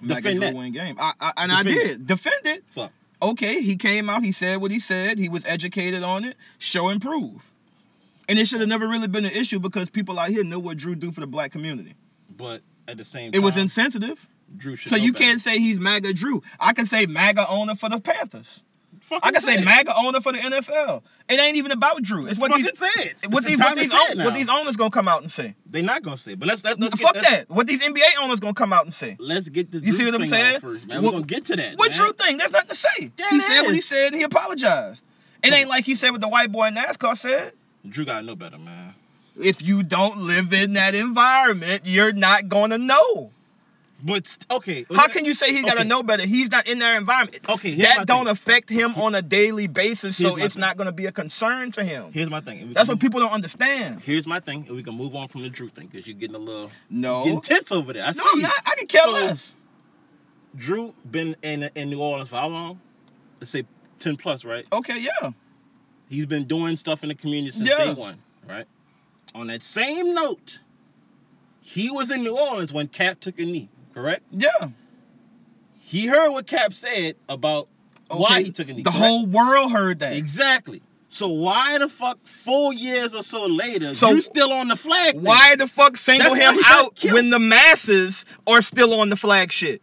Speaker 1: Mac
Speaker 2: Defend
Speaker 1: Drew
Speaker 2: that.
Speaker 1: win game. I, I and I
Speaker 2: Defend
Speaker 1: did defend it.
Speaker 2: Fuck.
Speaker 1: Okay, he came out. He said what he said. He was educated on it. Show and prove. And it should have never really been an issue because people out here know what Drew do for the black community.
Speaker 2: but at the same
Speaker 1: It was
Speaker 2: time,
Speaker 1: insensitive.
Speaker 2: Drew should
Speaker 1: So
Speaker 2: know
Speaker 1: you
Speaker 2: better.
Speaker 1: can't say he's MAGA Drew. I can say MAGA owner for the Panthers.
Speaker 2: Fucking
Speaker 1: I can say
Speaker 2: it.
Speaker 1: MAGA owner for the NFL. It ain't even about Drew. It's what
Speaker 2: Fucking
Speaker 1: these
Speaker 2: say it.
Speaker 1: what
Speaker 2: It's
Speaker 1: these,
Speaker 2: time
Speaker 1: what,
Speaker 2: to
Speaker 1: these
Speaker 2: say it
Speaker 1: own,
Speaker 2: now.
Speaker 1: what these owners gonna come out and say.
Speaker 2: They not gonna say. it, But let's let's, let's
Speaker 1: Fuck
Speaker 2: get, let's,
Speaker 1: that. What these NBA owners gonna come out and say.
Speaker 2: Let's get the
Speaker 1: You see
Speaker 2: Drew
Speaker 1: what I'm
Speaker 2: thing
Speaker 1: saying?
Speaker 2: out first, man.
Speaker 1: What-
Speaker 2: We're gonna get to that.
Speaker 1: What
Speaker 2: man.
Speaker 1: Drew thing? There's nothing to say.
Speaker 2: Yeah,
Speaker 1: he
Speaker 2: it
Speaker 1: said what he
Speaker 2: is.
Speaker 1: said and he apologized. It ain't like he said what the white boy in NASCAR said.
Speaker 2: Drew gotta know better, man.
Speaker 1: If you don't live in that environment, you're not gonna know.
Speaker 2: But st- okay,
Speaker 1: How can you say he gotta
Speaker 2: Okay.
Speaker 1: know better? He's not in their environment.
Speaker 2: Okay, here's my
Speaker 1: that don't
Speaker 2: thing.
Speaker 1: affect him on a daily basis, so
Speaker 2: Here's my
Speaker 1: it's
Speaker 2: thing.
Speaker 1: not gonna be a concern to him.
Speaker 2: Here's my thing. and we
Speaker 1: That's what
Speaker 2: can move-
Speaker 1: people don't understand.
Speaker 2: Here's my thing, and we can move on from the Drew thing because you're getting a little
Speaker 1: No.
Speaker 2: getting tense over there. I
Speaker 1: Oh. no,
Speaker 2: see.
Speaker 1: I'm not. I can care
Speaker 2: So-
Speaker 1: less.
Speaker 2: Drew been in in New Orleans for how long? Let's say ten plus, right?
Speaker 1: Okay, yeah.
Speaker 2: He's been doing stuff in the community since
Speaker 1: Yeah.
Speaker 2: day one, right? On that same note, he was in New Orleans when Cap took a knee, correct?
Speaker 1: Yeah.
Speaker 2: He heard what Cap said about why
Speaker 1: Okay,
Speaker 2: he took a knee.
Speaker 1: The
Speaker 2: correct?
Speaker 1: whole world heard that.
Speaker 2: exactly. So why the fuck four years or so later
Speaker 1: So-
Speaker 2: you still on the flag? thing?
Speaker 1: Why the fuck single
Speaker 2: That's why
Speaker 1: him
Speaker 2: he got
Speaker 1: out
Speaker 2: killed.
Speaker 1: when the masses are still on the flag shit?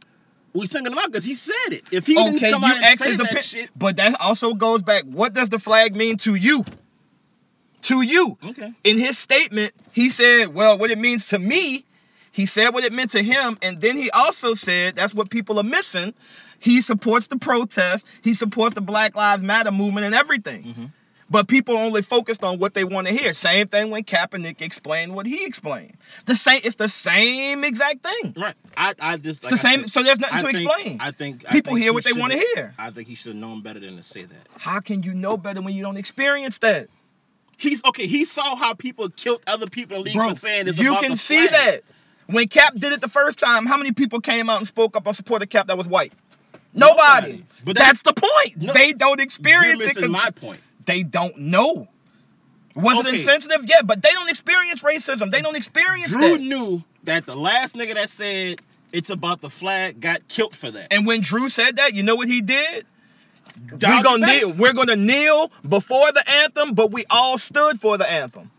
Speaker 2: we singing him out? Because he said it. If he
Speaker 1: okay,
Speaker 2: didn't
Speaker 1: you
Speaker 2: come out and
Speaker 1: act
Speaker 2: say
Speaker 1: as a
Speaker 2: that
Speaker 1: pin,
Speaker 2: shit,
Speaker 1: but that also goes back. What does the flag mean to you? To you.
Speaker 2: okay.
Speaker 1: In his statement, he said, "Well, what it means to me." He said what it meant to him, and then he also said that's what people are missing. He supports the protest. He supports the Black Lives Matter movement and everything.
Speaker 2: Mhm.
Speaker 1: But people only focused on what they want to hear. Same thing when Kaepernick explained what he explained. The same. It's the same exact thing.
Speaker 2: Right. I, I just
Speaker 1: it's the
Speaker 2: I
Speaker 1: same.
Speaker 2: said,
Speaker 1: so there's nothing
Speaker 2: I
Speaker 1: to
Speaker 2: think-
Speaker 1: explain.
Speaker 2: I think I
Speaker 1: people
Speaker 2: think
Speaker 1: hear
Speaker 2: he
Speaker 1: what they want to
Speaker 2: should've-
Speaker 1: hear.
Speaker 2: I think he should have known better than to say that.
Speaker 1: How can you know better when you don't experience that?
Speaker 2: He's okay. He saw how people killed other people in league
Speaker 1: Bro,
Speaker 2: for saying it's
Speaker 1: you
Speaker 2: about
Speaker 1: can
Speaker 2: the
Speaker 1: see
Speaker 2: flag.
Speaker 1: that. When Cap did it the first time, how many people came out and spoke up on support of Cap that was white? Nobody.
Speaker 2: Nobody.
Speaker 1: But
Speaker 2: But
Speaker 1: that's the point.
Speaker 2: No,
Speaker 1: they don't
Speaker 2: You're
Speaker 1: experience it.
Speaker 2: missing
Speaker 1: 'cause
Speaker 2: my point.
Speaker 1: they don't know. Was it
Speaker 2: Okay.
Speaker 1: insensitive? Yeah, but they don't experience racism. They don't experience
Speaker 2: Drew
Speaker 1: that.
Speaker 2: knew that the last nigga that said it's about the flag got killed for that.
Speaker 1: And when Drew said that, you know what he did? We're
Speaker 2: Dialed
Speaker 1: gonna
Speaker 2: back.
Speaker 1: kneel. We're gonna kneel before the anthem, but we all stood for the anthem.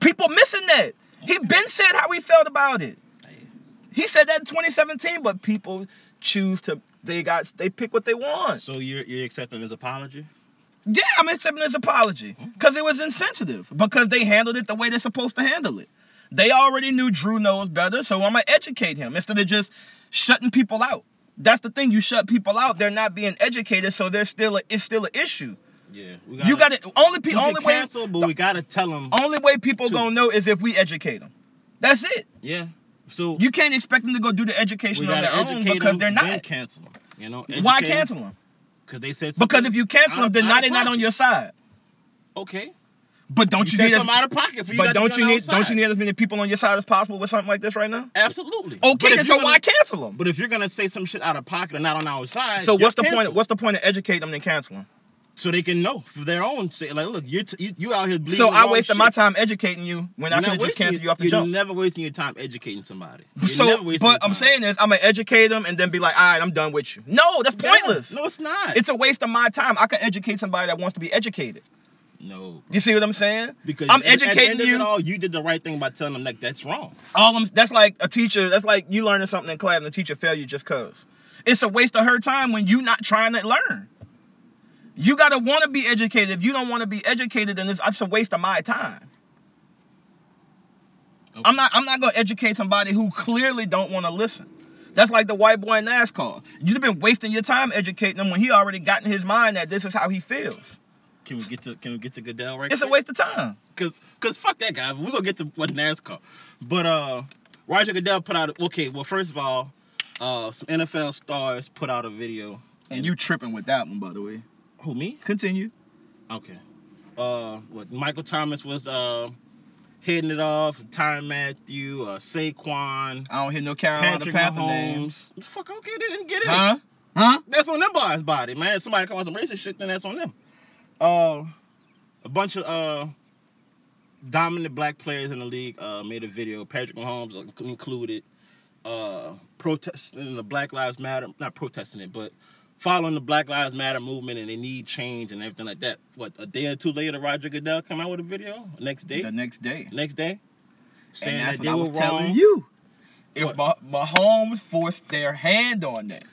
Speaker 1: People missing that. He been said how he felt about it. He said that in 2017, but people choose to they got they pick what they want.
Speaker 2: So you're you're accepting his apology?
Speaker 1: Yeah, I'm accepting his apology because it was insensitive because they handled it the way they're supposed to handle it. They already knew Drew knows better, so I'm gonna educate him instead of just shutting people out. That's the thing. You shut people out, they're not being educated, so there's still a, it's still an issue.
Speaker 2: Yeah. We
Speaker 1: You got to only pe-
Speaker 2: we
Speaker 1: only
Speaker 2: can
Speaker 1: way
Speaker 2: cancel, but we gotta tell him.
Speaker 1: only way people
Speaker 2: Two.
Speaker 1: gonna know is if we educate them. That's it.
Speaker 2: Yeah. So
Speaker 1: You can't expect them to go do the
Speaker 2: we
Speaker 1: education on
Speaker 2: gotta
Speaker 1: their own
Speaker 2: educate
Speaker 1: because
Speaker 2: him,
Speaker 1: they're
Speaker 2: Then
Speaker 1: not.
Speaker 2: cancel him. You know.
Speaker 1: Why cancel them?
Speaker 2: Because they said.
Speaker 1: Because
Speaker 2: something
Speaker 1: if you cancel
Speaker 2: out
Speaker 1: them,
Speaker 2: of-
Speaker 1: then
Speaker 2: out
Speaker 1: now
Speaker 2: of
Speaker 1: they're not on
Speaker 2: pocket.
Speaker 1: your side.
Speaker 2: Okay.
Speaker 1: But don't
Speaker 2: You
Speaker 1: you,
Speaker 2: said
Speaker 1: need as,
Speaker 2: something out of pocket for you.
Speaker 1: but
Speaker 2: not to
Speaker 1: don't
Speaker 2: be
Speaker 1: you
Speaker 2: on our
Speaker 1: need don't you
Speaker 2: side.
Speaker 1: need as many people on your side as possible with something like this right now?
Speaker 2: Absolutely. But
Speaker 1: Okay, then
Speaker 2: if you're
Speaker 1: so
Speaker 2: gonna-
Speaker 1: why cancel them?
Speaker 2: But if you're gonna say some shit out of pocket or not on our side,
Speaker 1: So
Speaker 2: you're
Speaker 1: what's the point?
Speaker 2: canceled.
Speaker 1: What's the point of educating them and canceling?
Speaker 2: so they can know for their own sake. Like, look, you're t- you you out here bleeding.
Speaker 1: So
Speaker 2: the
Speaker 1: I
Speaker 2: wrong
Speaker 1: wasted
Speaker 2: shit.
Speaker 1: my time educating you when I
Speaker 2: You're
Speaker 1: could have
Speaker 2: not
Speaker 1: just
Speaker 2: wasting
Speaker 1: canceled
Speaker 2: your-
Speaker 1: you off the
Speaker 2: you're
Speaker 1: jump.
Speaker 2: never wasting your time educating somebody. You're never
Speaker 1: so,
Speaker 2: wasting your
Speaker 1: but I'm
Speaker 2: time.
Speaker 1: saying is I'm gonna educate them and then be like, all right, I'm done with you. No, that's
Speaker 2: Yeah.
Speaker 1: pointless.
Speaker 2: No, it's not.
Speaker 1: It's a waste of my time. I could educate somebody that wants to be educated.
Speaker 2: no.
Speaker 1: You see what I'm saying?
Speaker 2: Because
Speaker 1: I'm
Speaker 2: at- at the
Speaker 1: educating
Speaker 2: end of it
Speaker 1: you.
Speaker 2: all, you did the right thing by telling them like that's wrong.
Speaker 1: All I'm, that's like a teacher. That's like you learning something in class and the teacher fail you just cause. It's a waste of her time when you not trying to learn. You gotta want to be educated. If you don't want to be educated, then it's, it's a waste of my time.
Speaker 2: Okay.
Speaker 1: I'm not. I'm not gonna educate somebody who clearly don't want to listen. That's like the white boy in NASCAR. You've been wasting your time educating him when he already got in his mind that this is how he feels.
Speaker 2: Can we get to Can we get to Goodell right?
Speaker 1: It's a
Speaker 2: quick?
Speaker 1: waste of time.
Speaker 2: Cause, cause fuck that guy. We're gonna get to what NASCAR. But uh Roger Goodell put out okay, well first of all, uh some NFL stars put out a video.
Speaker 1: And you tripping with that one, by the way.
Speaker 2: Who me?
Speaker 1: Continue.
Speaker 2: Okay. Uh what Michael Thomas was uh heading it off. Tyron Matthew, uh, Saquon,
Speaker 1: I don't hear no Carolina
Speaker 2: Patrick
Speaker 1: Panther name.
Speaker 2: Mahomes. Fuck, okay, they didn't get it.
Speaker 1: Huh? Huh?
Speaker 2: That's on them boys' body, man. If somebody come on some racist shit, then that's on them.
Speaker 1: Oh,
Speaker 2: A bunch of uh dominant black players in the league uh made a video, Patrick Mahomes inc- included, uh protesting the Black Lives Matter, not protesting it, but following the Black Lives Matter movement and they need change and everything like that. What, a day or two later, Roger Goodell come out with a video? Next day?
Speaker 1: the next day.
Speaker 2: next day? Saying
Speaker 1: and that's
Speaker 2: that they
Speaker 1: what I
Speaker 2: were
Speaker 1: was telling
Speaker 2: wrong.
Speaker 1: you. If Mah- Mahomes forced their hand on that,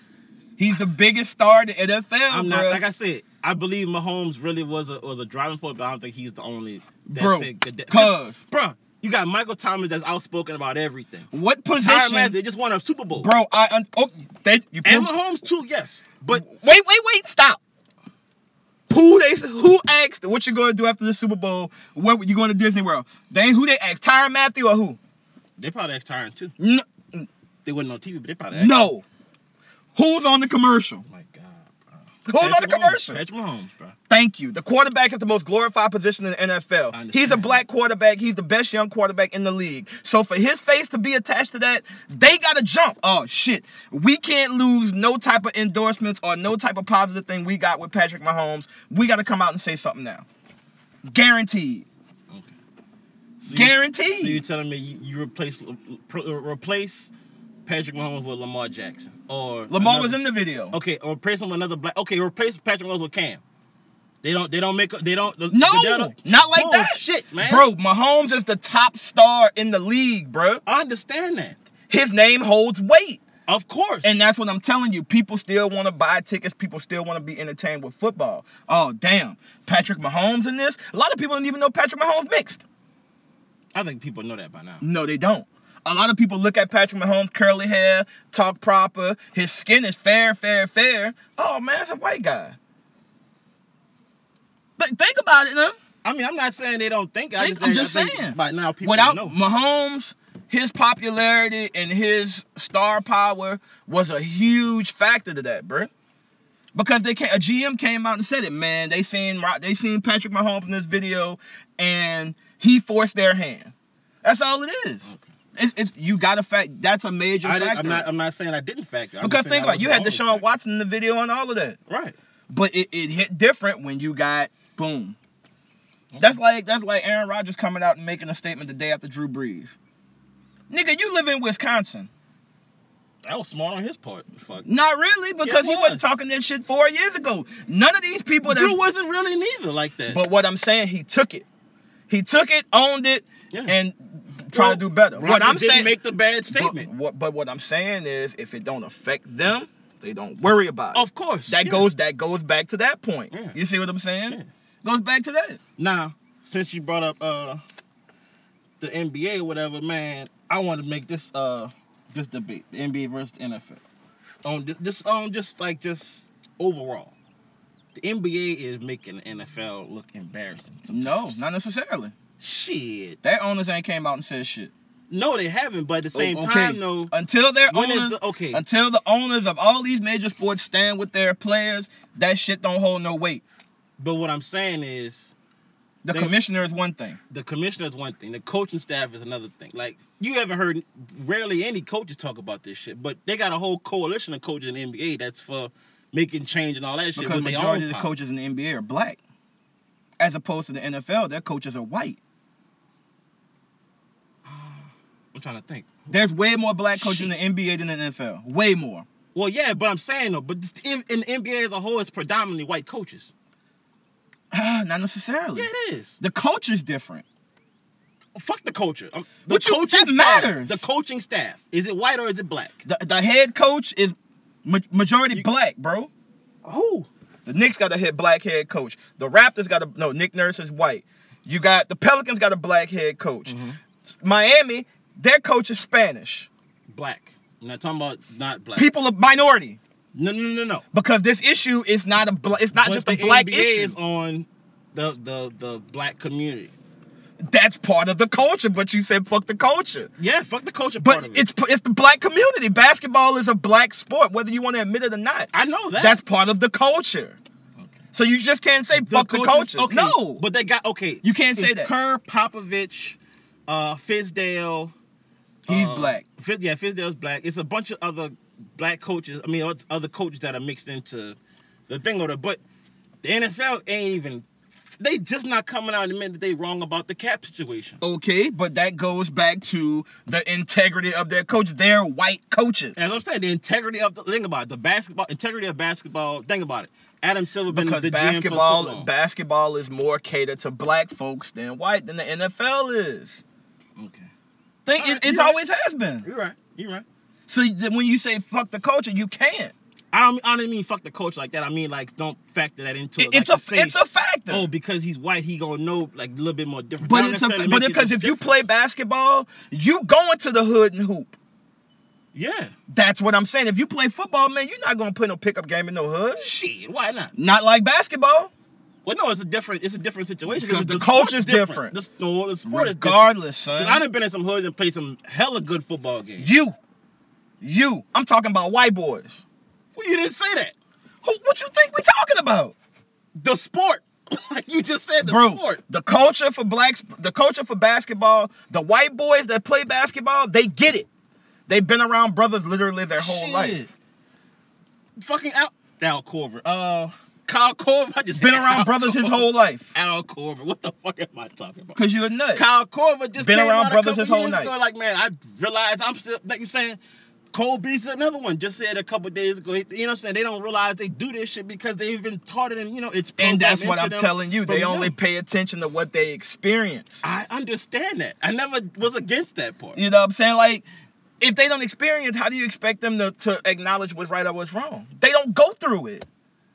Speaker 1: he's the biggest star in the NFL.
Speaker 2: I'm not
Speaker 1: bruh.
Speaker 2: like I said. I believe Mahomes really was a was a driving force, but I don't think he's the only. That
Speaker 1: Bro,
Speaker 2: said good that-
Speaker 1: Cause
Speaker 2: bro, you got Michael Thomas that's outspoken about everything.
Speaker 1: what
Speaker 2: Tyron Matthew,
Speaker 1: position,
Speaker 2: they just won a Super Bowl.
Speaker 1: bro? I un- oh, that you
Speaker 2: and
Speaker 1: proved-
Speaker 2: Mahomes too, yes, but
Speaker 1: wait, wait, wait, stop. Who they who asked what you gonna do after the Super Bowl? What you going to Disney World? They ain't who they asked, Tyron Matthew or who?
Speaker 2: they probably asked Tyron too.
Speaker 1: No,
Speaker 2: They wasn't on TV, but they probably asked. him.
Speaker 1: no. Who's on the commercial?
Speaker 2: Oh my God, bro.
Speaker 1: Who's on the
Speaker 2: Patrick Mahomes,
Speaker 1: commercial?
Speaker 2: Patrick Mahomes, bro.
Speaker 1: Thank you. The quarterback is the most glorified position in the
Speaker 2: I
Speaker 1: NFL.
Speaker 2: understand.
Speaker 1: He's a black quarterback. He's the best young quarterback in the league. So for his face to be attached to that, they gotta jump. Oh shit. We can't lose no type of endorsements or no type of positive thing we got with Patrick Mahomes. We gotta come out and say something now. Guaranteed.
Speaker 2: So you-
Speaker 1: Guaranteed.
Speaker 2: So you're telling me you, you replace pro- replace Patrick Mahomes with Lamar Jackson or
Speaker 1: Lamar
Speaker 2: another-
Speaker 1: was in the video.
Speaker 2: Okay, or replace him with another black. Okay, replace Patrick Mahomes with Cam. They don't. They don't make. a- They don't. the-
Speaker 1: No,
Speaker 2: they don't-
Speaker 1: not like that.
Speaker 2: Shit, man.
Speaker 1: Bro, Mahomes is the top star in the league, bro.
Speaker 2: I understand that.
Speaker 1: His name holds weight.
Speaker 2: Of course.
Speaker 1: And that's what I'm telling you. People still want to buy tickets. People still want to be entertained with football. Oh, damn. Patrick Mahomes in this? A lot of people don't even know Patrick Mahomes mixed.
Speaker 2: I think people know that by now.
Speaker 1: No, they don't. A lot of people look at Patrick Mahomes, curly hair, talk proper. His skin is fair, fair, fair. Oh, man, it's a white guy. But think about it, now.
Speaker 2: I mean, I'm not saying they don't think. I
Speaker 1: Think-
Speaker 2: just
Speaker 1: I'm
Speaker 2: think- I
Speaker 1: just
Speaker 2: think
Speaker 1: saying.
Speaker 2: By now, people
Speaker 1: Without
Speaker 2: know.
Speaker 1: Mahomes, his popularity and his star power was a huge factor to that, bruh. Because they can a GM came out and said it, man. They seen Ro- they seen Patrick Mahomes in this video, and he forced their hand. That's all it is.
Speaker 2: Okay.
Speaker 1: It's, it's you got to fact. That's a major
Speaker 2: I
Speaker 1: factor.
Speaker 2: am not. I'm not saying I didn't factor. I'm
Speaker 1: because
Speaker 2: just saying
Speaker 1: think
Speaker 2: that
Speaker 1: about it, you
Speaker 2: was
Speaker 1: had
Speaker 2: the
Speaker 1: Deshaun
Speaker 2: only factor.
Speaker 1: Watson in the video and all of that,
Speaker 2: Right.
Speaker 1: but it, it hit different when you got boom. That's like that's like Aaron Rodgers coming out and making a statement the day after Drew Brees. Nigga, you live in Wisconsin.
Speaker 2: that was smart on his part. Fuck.
Speaker 1: Not really, because he wasn't
Speaker 2: was.
Speaker 1: talking that shit four years ago. None of these people that
Speaker 2: Drew wasn't really neither like that.
Speaker 1: But what I'm saying, he took it. He took it, owned it,
Speaker 2: Yeah.
Speaker 1: and tried
Speaker 2: Well,
Speaker 1: to do better.
Speaker 2: Rodgers
Speaker 1: what I'm
Speaker 2: didn't
Speaker 1: saying,
Speaker 2: make the bad
Speaker 1: but
Speaker 2: statement.
Speaker 1: what, but what I'm saying is, if it don't affect them, they don't worry about it.
Speaker 2: of course.
Speaker 1: that
Speaker 2: Oh, yeah.
Speaker 1: goes that goes back to that point.
Speaker 2: Yeah.
Speaker 1: You see what I'm saying?
Speaker 2: Yeah.
Speaker 1: Goes back to that.
Speaker 2: Now, since you brought up uh the NBA or whatever, man, I want to make this uh this debate, the NBA versus the NFL. On this, this on just like just overall. The NBA is making the NFL look embarrassing.
Speaker 1: No,
Speaker 2: sometimes.
Speaker 1: not necessarily.
Speaker 2: shit.
Speaker 1: Their owners ain't came out and said shit.
Speaker 2: No, they haven't, but at the
Speaker 1: Oh,
Speaker 2: same
Speaker 1: okay.
Speaker 2: time though,
Speaker 1: Until their
Speaker 2: when is
Speaker 1: owners,
Speaker 2: the okay.
Speaker 1: until Oh, the owners of all these major sports stand with their players, that shit don't hold no weight.
Speaker 2: But what I'm saying is
Speaker 1: The
Speaker 2: They-
Speaker 1: commissioner is one thing.
Speaker 2: the commissioner is one thing, the coaching staff is another thing. Like you haven't heard rarely any coaches talk about this shit, but they got a whole coalition of coaches in the NBA that's for making change and all that shit.
Speaker 1: because
Speaker 2: with their
Speaker 1: majority
Speaker 2: own
Speaker 1: of the
Speaker 2: power.
Speaker 1: coaches in the NBA are black, as opposed to the NFL, their coaches are white.
Speaker 2: I'm trying to think.
Speaker 1: There's way more black coaches in the NBA than in the NFL. Way more.
Speaker 2: Well, yeah, but I'm saying though, but this- in, in the NBA as a whole, it's predominantly white coaches.
Speaker 1: Ah, Not necessarily.
Speaker 2: Yeah, it is.
Speaker 1: The culture's different.
Speaker 2: Fuck the culture. Um, the
Speaker 1: But you-
Speaker 2: coaching
Speaker 1: that
Speaker 2: staff-
Speaker 1: matters.
Speaker 2: The coaching staff is it white or is it black?
Speaker 1: The, the head coach is ma- majority black, bro.
Speaker 2: Oh,
Speaker 1: The Knicks got a head black head coach. The Raptors got a no. Nick Nurse is white. You got the Pelicans got a black head coach.
Speaker 2: Mm-hmm.
Speaker 1: Miami, their coach is Spanish.
Speaker 2: black. I'm not talking about not black.
Speaker 1: People of minority
Speaker 2: No, no, no, no.
Speaker 1: because this issue is not a bla- it's not
Speaker 2: But
Speaker 1: just
Speaker 2: the
Speaker 1: a black
Speaker 2: NBA
Speaker 1: issue.
Speaker 2: is on the the the black community.
Speaker 1: that's part of the culture. But you said fuck the culture.
Speaker 2: Yeah, fuck the culture part
Speaker 1: But
Speaker 2: of it.
Speaker 1: it's it's the black community. Basketball is a black sport, whether you want to admit it or not.
Speaker 2: I know that.
Speaker 1: That's part of the culture.
Speaker 2: Okay.
Speaker 1: So you just can't say fuck the
Speaker 2: coaches-
Speaker 1: culture. No,
Speaker 2: but they got okay.
Speaker 1: you can't say
Speaker 2: If
Speaker 1: that.
Speaker 2: Kerr, Popovich, uh, Fizdale.
Speaker 1: He's
Speaker 2: uh,
Speaker 1: black.
Speaker 2: Fis- yeah, Fizdale's black. It's a bunch of other black coaches. I mean, oth- other coaches that are mixed into the thing or the but the NFL ain't even. They just not coming out and admitting that they wrong about the cap situation.
Speaker 1: Okay, but that goes back to the integrity of their coach. They're white coaches.
Speaker 2: As I'm saying, the integrity of the think about it, the basketball integrity of basketball. Think about it. Adam Silver been
Speaker 1: because
Speaker 2: the GM for so
Speaker 1: basketball
Speaker 2: long.
Speaker 1: basketball is more catered to black folks than white than the NFL is.
Speaker 2: okay,
Speaker 1: Think
Speaker 2: All right,
Speaker 1: it, it's
Speaker 2: you're right.
Speaker 1: always has been.
Speaker 2: you're right. You're right.
Speaker 1: So th- when you say fuck the culture, you can't.
Speaker 2: I don't. I don't mean fuck the coach like that. I mean like don't factor that into it.
Speaker 1: It- it's
Speaker 2: like
Speaker 1: a
Speaker 2: to say,
Speaker 1: it's a factor.
Speaker 2: oh because he's white he gonna know like a little bit more different.
Speaker 1: but
Speaker 2: Don't
Speaker 1: it's a
Speaker 2: necessarily
Speaker 1: but
Speaker 2: make it
Speaker 1: because if you
Speaker 2: different.
Speaker 1: play basketball, you going to the hood and hoop.
Speaker 2: yeah
Speaker 1: That's what I'm saying. If you play football, man, you're not gonna put no pickup game in no hood.
Speaker 2: shit why not?
Speaker 1: Not like basketball.
Speaker 2: Well no it's a different it's a different situation
Speaker 1: Because the
Speaker 2: sport's
Speaker 1: culture's different.
Speaker 2: The, s- no, the sport is different.
Speaker 1: Regardless,
Speaker 2: Cause I
Speaker 1: son.
Speaker 2: done been in some hoods and played some hella good football games.
Speaker 1: You, you. I'm talking about white boys.
Speaker 2: Well, you didn't say that.
Speaker 1: Who, what you think we talking about?
Speaker 2: The sport. Like you just said the
Speaker 1: Bro,
Speaker 2: sport.
Speaker 1: the culture for blacks, the culture for basketball, the white boys that play basketball, they get it. They've been around brothers literally their whole
Speaker 2: Shit.
Speaker 1: life.
Speaker 2: Fucking Al Al Corver. Uh Kyle Corver. I just
Speaker 1: Been
Speaker 2: said
Speaker 1: around
Speaker 2: Al
Speaker 1: brothers his
Speaker 2: Corver.
Speaker 1: whole life.
Speaker 2: Al Corver. What the fuck am I talking about?
Speaker 1: Cause you're a nut.
Speaker 2: Kyle Corver just
Speaker 1: Been
Speaker 2: came
Speaker 1: around
Speaker 2: out
Speaker 1: brothers
Speaker 2: a
Speaker 1: his
Speaker 2: couple
Speaker 1: whole
Speaker 2: years
Speaker 1: night.
Speaker 2: Ago, like man, I realize I'm still like you saying. Cole Beasley's another one. Just said a couple days ago. You know what I'm saying? They don't realize they do this shit because they've been taught it, and you know it's
Speaker 1: And that's
Speaker 2: programmed
Speaker 1: what
Speaker 2: into
Speaker 1: I'm
Speaker 2: them
Speaker 1: telling you. They
Speaker 2: from
Speaker 1: only
Speaker 2: young.
Speaker 1: pay attention to what they experience.
Speaker 2: I understand that. I never was against that part.
Speaker 1: You know what I'm saying? Like, if they don't experience, how do you expect them to, to acknowledge what's right or what's wrong? They don't go through it.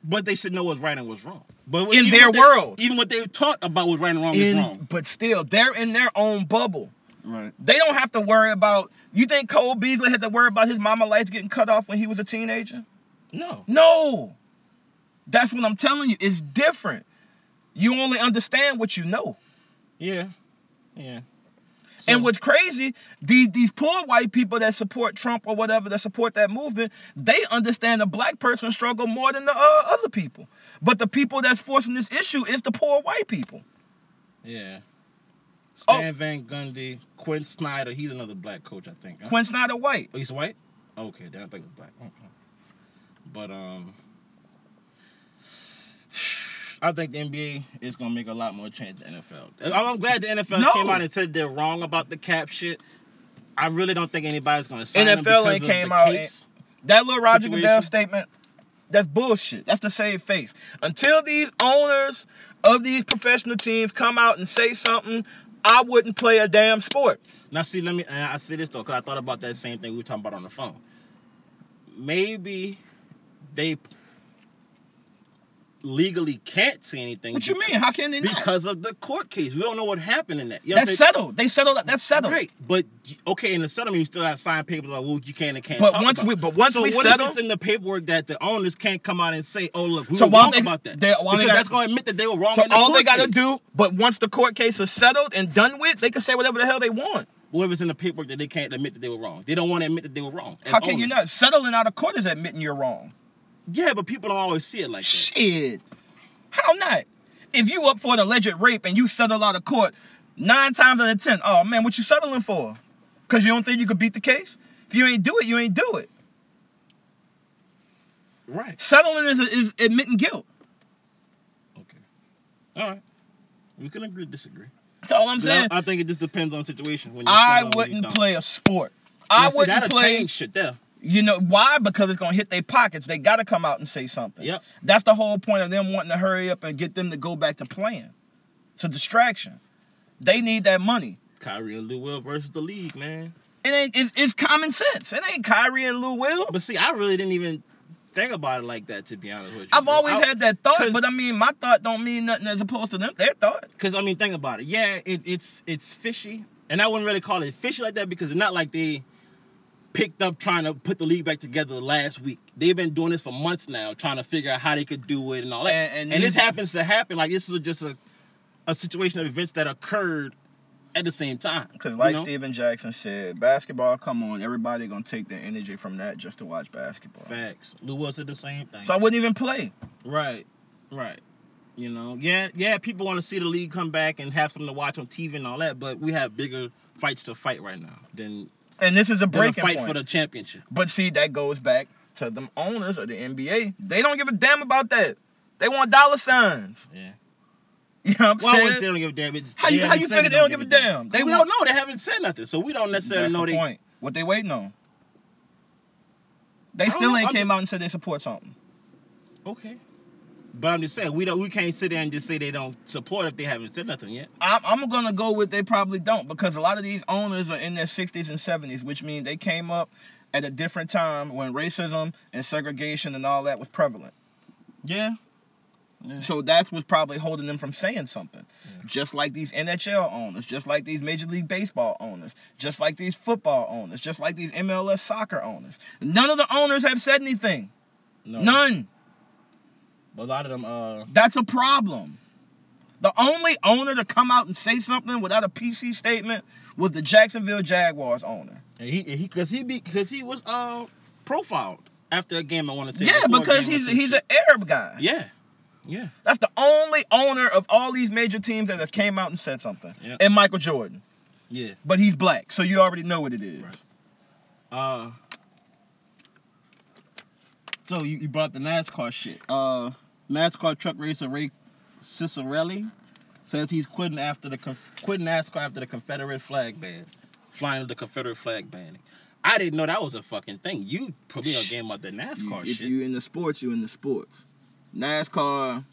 Speaker 2: But they should know what's right and what's wrong. But
Speaker 1: In
Speaker 2: even
Speaker 1: their
Speaker 2: what they-
Speaker 1: world.
Speaker 2: even what they taught about what's right and wrong is
Speaker 1: In,
Speaker 2: wrong.
Speaker 1: but still, they're in their own bubble.
Speaker 2: Right.
Speaker 1: They don't have to worry about. You think Cole Beasley had to worry about his mama lights getting cut off when he was a teenager?
Speaker 2: No.
Speaker 1: No. That's what I'm telling you. It's different. You only understand what you know.
Speaker 2: Yeah. Yeah.
Speaker 1: And
Speaker 2: So-
Speaker 1: what's crazy, the, these poor white people that support Trump or whatever, that support that movement, they understand the black person struggle more than the uh, other people. But the people that's forcing this issue is the poor white people.
Speaker 2: Yeah.
Speaker 1: Oh.
Speaker 2: Stan Van Gundy, Quinn Snyder. He's another black coach, I think. huh?
Speaker 1: Quinn Snyder white.
Speaker 2: Oh, he's white? Okay, then I think it was black. Okay. But um I think the NBA is gonna make a lot more change than NFL. I'm- I'm glad the NFL
Speaker 1: No.
Speaker 2: came out and said they're wrong about the cap shit. I really don't think anybody's gonna sign them
Speaker 1: NFL
Speaker 2: because
Speaker 1: ain't
Speaker 2: of
Speaker 1: came
Speaker 2: the
Speaker 1: out and-
Speaker 2: case.
Speaker 1: That little Roger
Speaker 2: Situation.
Speaker 1: Goodell statement, that's bullshit. That's the save face. Until these owners of these professional teams come out and say something, I wouldn't play a damn sport.
Speaker 2: Now, see, let me. and I see this though, cause I thought about that same thing we were talking about on the phone. Maybe they legally can't say anything.
Speaker 1: What you mean? How can they not?
Speaker 2: Because of the court case, we don't know what happened in that. You know what
Speaker 1: that's
Speaker 2: I'm saying?
Speaker 1: settled. They settled. that- That's settled.
Speaker 2: Right, but you- okay, in the settlement, you still have signed papers about what you can and can't.
Speaker 1: But
Speaker 2: talk
Speaker 1: once
Speaker 2: about.
Speaker 1: we- but once
Speaker 2: so
Speaker 1: we
Speaker 2: what
Speaker 1: settle-
Speaker 2: if it's in the paperwork that the owners can't come out and say, "Oh, look, we
Speaker 1: So
Speaker 2: were
Speaker 1: why
Speaker 2: wrong
Speaker 1: they-
Speaker 2: about that,"
Speaker 1: they- why they
Speaker 2: because
Speaker 1: gotta-
Speaker 2: that's gonna admit that they were wrong.
Speaker 1: So
Speaker 2: in the
Speaker 1: all they
Speaker 2: court
Speaker 1: gotta
Speaker 2: case.
Speaker 1: do, but once the court case is settled and done with, they can say whatever the hell they want.
Speaker 2: whoever's in the paperwork that they can't admit that they were wrong. They don't want to admit that they were wrong. as
Speaker 1: How can you
Speaker 2: owners.
Speaker 1: not? Settling out of court is admitting you're wrong.
Speaker 2: Yeah, but people don't always see it like that.
Speaker 1: Shit. How not? If you up for an alleged rape and you settle out of court, nine times out of ten, oh man, what you settling for? Cause you don't think you could beat the case? If you ain't do it, you ain't do it.
Speaker 2: Right.
Speaker 1: Settling is, is admitting guilt.
Speaker 2: Okay. All right. We can agree, disagree.
Speaker 1: That's all I'm
Speaker 2: But
Speaker 1: saying.
Speaker 2: I, I think it just depends on situation. When you
Speaker 1: I,
Speaker 2: start out, when you
Speaker 1: wouldn't
Speaker 2: don't.
Speaker 1: play a sport.
Speaker 2: Now,
Speaker 1: I
Speaker 2: see,
Speaker 1: wouldn't
Speaker 2: that'll
Speaker 1: play.
Speaker 2: change shit there.
Speaker 1: You know why? Because it's gonna hit their pockets. They gotta come out and say something.
Speaker 2: Yep.
Speaker 1: That's the whole point of them wanting to hurry up and get them to go back to playing. It's a distraction. They need that money.
Speaker 2: Kyrie and Lou Will versus the league, man.
Speaker 1: It ain't. It, it's common sense. It ain't Kyrie and Lou Will.
Speaker 2: But see, I really didn't even think about it like that, to be honest with you.
Speaker 1: I've always
Speaker 2: I,
Speaker 1: had that thought,
Speaker 2: 'cause-
Speaker 1: but I mean, my thought don't mean nothing as opposed to them. Their thought.
Speaker 2: Because, I mean, think about it. Yeah, it, it's it's fishy. And I wouldn't really call it fishy like that because it's not like they picked up trying to put the league back together last week. They've been doing this for months now, trying to figure out how they could do it and all that.
Speaker 1: And- and
Speaker 2: this
Speaker 1: these-
Speaker 2: happens to happen. Like, this is just a, a situation of events that occurred at the same time.
Speaker 1: Because
Speaker 2: you
Speaker 1: like
Speaker 2: know?
Speaker 1: Steven Jackson said, basketball. Come on, everybody gonna take their energy from that just to watch basketball.
Speaker 2: Facts. Lou Will said the same thing.
Speaker 1: So I wouldn't even play.
Speaker 2: right, right. You know, yeah, yeah, people want to see the league come back and have something to watch on TV and all that, but we have bigger fights to fight right now than,
Speaker 1: And this is a
Speaker 2: than a
Speaker 1: breaking
Speaker 2: fight
Speaker 1: point.
Speaker 2: for the championship.
Speaker 1: But see, that goes back to them owners of the NBA. They don't give a damn about that. They want dollar signs.
Speaker 2: Yeah.
Speaker 1: You know what I'm
Speaker 2: Well, I wouldn't say they
Speaker 1: saying?
Speaker 2: don't give a damn. It's,
Speaker 1: How you- how
Speaker 2: haven't
Speaker 1: you
Speaker 2: said
Speaker 1: figure they don't give a damn? They
Speaker 2: They we
Speaker 1: want-
Speaker 2: don't know. They haven't said nothing, so we don't necessarily
Speaker 1: That's
Speaker 2: know
Speaker 1: the
Speaker 2: they.
Speaker 1: point. What they waiting on? They
Speaker 2: I don't
Speaker 1: still
Speaker 2: know.
Speaker 1: ain't
Speaker 2: I'm
Speaker 1: came
Speaker 2: just-
Speaker 1: out and said they support something.
Speaker 2: Okay. But I'm just saying we don't. We can't sit there and just say they don't support if they haven't said nothing yet.
Speaker 1: I'm, I'm gonna go with they probably don't because a lot of these owners are in their 60s and 70s, which means they came up at a different time when racism and segregation and all that was prevalent.
Speaker 2: Yeah.
Speaker 1: So that's what's probably holding them from saying something.
Speaker 2: Yeah.
Speaker 1: Just like these NHL owners, just like these Major League Baseball owners, just like these football owners, just like these MLS soccer owners. None of the owners have said anything.
Speaker 2: No.
Speaker 1: None.
Speaker 2: But a lot of them. Uh.
Speaker 1: That's a problem. The only owner to come out and say something without a PC statement was the Jacksonville Jaguars owner.
Speaker 2: And he. and he. Cause he. Be, Cause he was. Uh. Profiled after a game. I want to say.
Speaker 1: yeah,
Speaker 2: before a
Speaker 1: because
Speaker 2: game or
Speaker 1: he's
Speaker 2: some
Speaker 1: he's
Speaker 2: shit.
Speaker 1: an Arab guy.
Speaker 2: Yeah. Yeah.
Speaker 1: That's the only owner of all these major teams that have came out and said something.
Speaker 2: Yeah.
Speaker 1: And Michael Jordan,
Speaker 2: Yeah.
Speaker 1: but he's black, so you already know what it is.
Speaker 2: Right. Uh. So you, you brought up the NASCAR shit. Uh, NASCAR truck racer Ray Cicerelli says he's quitting after the conf- quitting NASCAR after the Confederate flag ban, flying the Confederate flag banning. I didn't know that was a fucking thing. You put me on game about the
Speaker 1: You-
Speaker 2: NASCAR
Speaker 1: if
Speaker 2: shit.
Speaker 1: you in the sports, you in the sports. NASCAR,